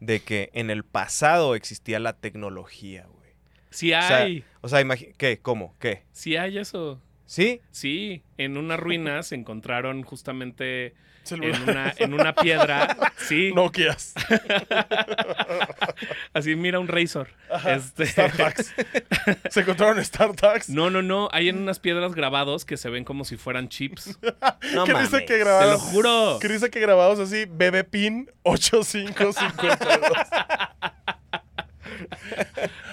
de que en el pasado existía la tecnología, güey. Sí O sea, hay. O sea, imagi- ¿Qué? ¿Cómo? ¿Qué? Sí hay eso. ¿Sí? Sí, en una ruina se encontraron justamente en una, en una piedra. Sí, Nokias. así mira un Razor. Este, Startups. Se encontraron Startups. no, no, no. Hay en unas piedras grabados que se ven como si fueran chips. No ¿Qué mames. dice que Te lo grabados? juro. ¿Qué dice que grabados así? Bebé Pin 8552.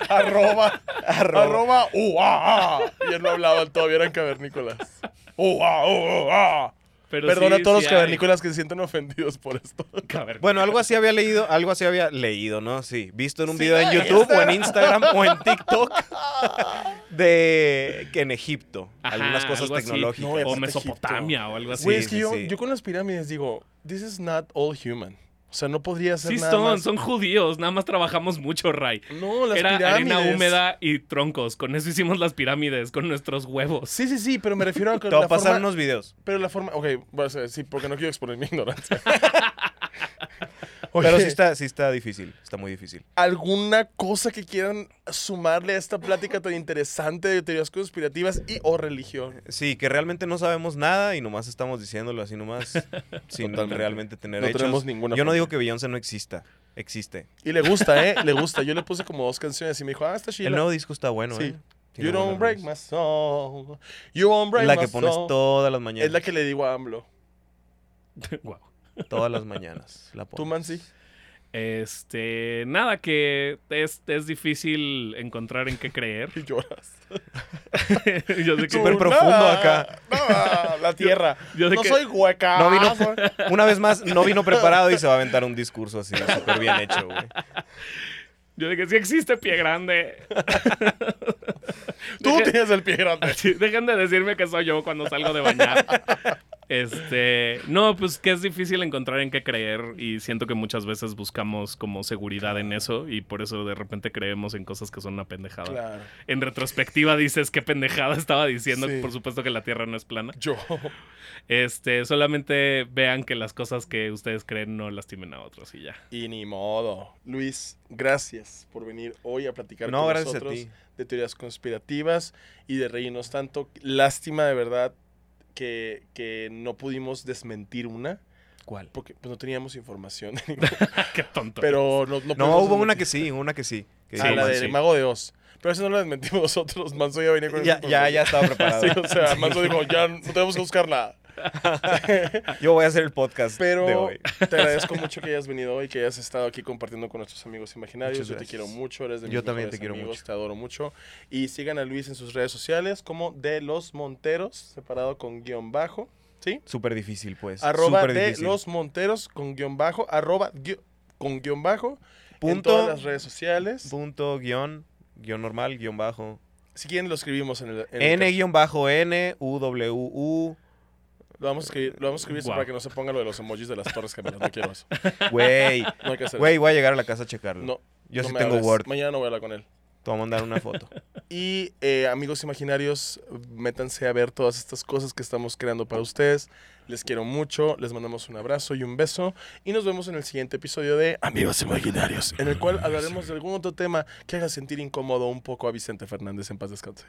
arroba, arroba. Arroba. UAA. Y él no hablaban, todavía eran cavernícolas. UAA, UAA. Pero Perdona sí, a todos sí los hay. cavernícolas que se sienten ofendidos por esto. Cavernícolas. Bueno, algo así había leído, algo así había leído, ¿no? Sí, visto en un Sí, video en no, en YouTube o en Instagram o en TikTok de que en Egipto, Ajá, algunas cosas algo así. tecnológicas. No, o aparte Mesopotamia o algo así. Güey, es sí, que yo, sí. yo con las pirámides digo, this is not all human. O sea, no podría ser Sí nada son, más- son judíos, nada más trabajamos mucho, Ray. No, las Era pirámides. arena húmeda y troncos, con eso hicimos las pirámides, con nuestros huevos. Sí, sí, sí, pero me refiero a que Te voy la a pasar forma... unos videos. Pero la forma... Ok, voy a hacer- sí, porque no quiero exponer mi ignorancia. Pero Oye, sí está, sí está difícil, está muy difícil. ¿Alguna cosa que quieran sumarle a esta plática tan interesante de teorías conspirativas y o religión? Sí, que realmente no sabemos nada y nomás estamos diciéndolo así nomás sin Totalmente. realmente tener No hechos. tenemos ninguna Yo no fuente. digo que Beyoncé no exista. existe. Y le gusta, ¿eh? Le gusta. Yo le puse como dos canciones y me dijo, ah, está El chida. nuevo disco está bueno, Sí. ¿eh? Tiene you don't buenas break my rolas. soul. You don't break La my que pones soul. todas las mañanas. Es la que le digo a AMLO. Guau. Todas las mañanas. La Tú, pones. Mansi. Este, nada, que es, es difícil encontrar en qué creer. Y lloras. yo sé que- Súper Tú, profundo nada, acá. nada, la tierra. yo sé no que- soy hueca. No vino- soy- Una vez más, no vino preparado y se va a aventar un discurso así, súper bien hecho, güey. Yo de que sí existe pie grande. Tú Deje- tienes el pie grande. Así, dejen de decirme que soy yo cuando salgo de bañar. Este, no, pues que es difícil encontrar en qué creer y siento que muchas veces buscamos como seguridad en eso y por eso de repente creemos en cosas que son una pendejada. Claro. En retrospectiva dices qué pendejada estaba diciendo, Sí. por supuesto que la Tierra no es plana. Yo. Este, solamente vean que las cosas que ustedes creen no lastimen a otros y ya. Y ni modo. Luis, gracias por venir hoy a platicar No, con gracias a nosotros ti. de teorías conspirativas y de reírnos tanto. Lástima de verdad que, que no pudimos desmentir una ¿Cuál? porque pues, no teníamos información. qué tonto. pero no, no, No, pudimos hubo una desmentir. que sí, una que sí. que Ah, dijo la Manso. del sí. mago de Oz. Pero eso no lo desmentimos nosotros. Manso ya venía con Ya, esa ya, ya información. estaba preparado. Sí, o sea, Manso dijo, ya no tenemos que buscar nada. Yo voy a hacer el podcast de Pero hoy. te agradezco mucho que hayas venido hoy, que hayas estado aquí compartiendo con nuestros amigos imaginarios. Muchas Yo te gracias. quiero mucho, eres de mis Yo también mejores te quiero amigos, mucho. te adoro mucho. Y sigan a Luis en sus redes sociales como de los Monteros, separado con guión bajo, ¿sí? Súper difícil, pues. Arroba Súper de difícil. los Monteros con guión bajo, arroba guio- con guión bajo en todas Punto, las redes sociales. punto, guión, guión normal, guión bajo. Si quieren lo escribimos en el... en el N guión bajo N, U W U. cast. lo vamos a escribir, lo vamos a escribir Guau. para que no se ponga lo de los emojis de las torres gemelas, no quiero eso. Güey, No hay que hacer güey, voy a llegar a la casa a eso. checarlo. No, Yo no sí me tengo hables. Word. Mañana no voy a hablar con él. Te voy a mandar una foto. Y eh, amigos imaginarios, métanse a ver todas estas cosas que estamos creando para ustedes. Les quiero mucho, les mandamos un abrazo y un beso. Y nos vemos en el siguiente episodio de Amigos Imaginarios, en el cual hablaremos de algún otro tema que haga sentir incómodo un poco a Vicente Fernández en paz descanse.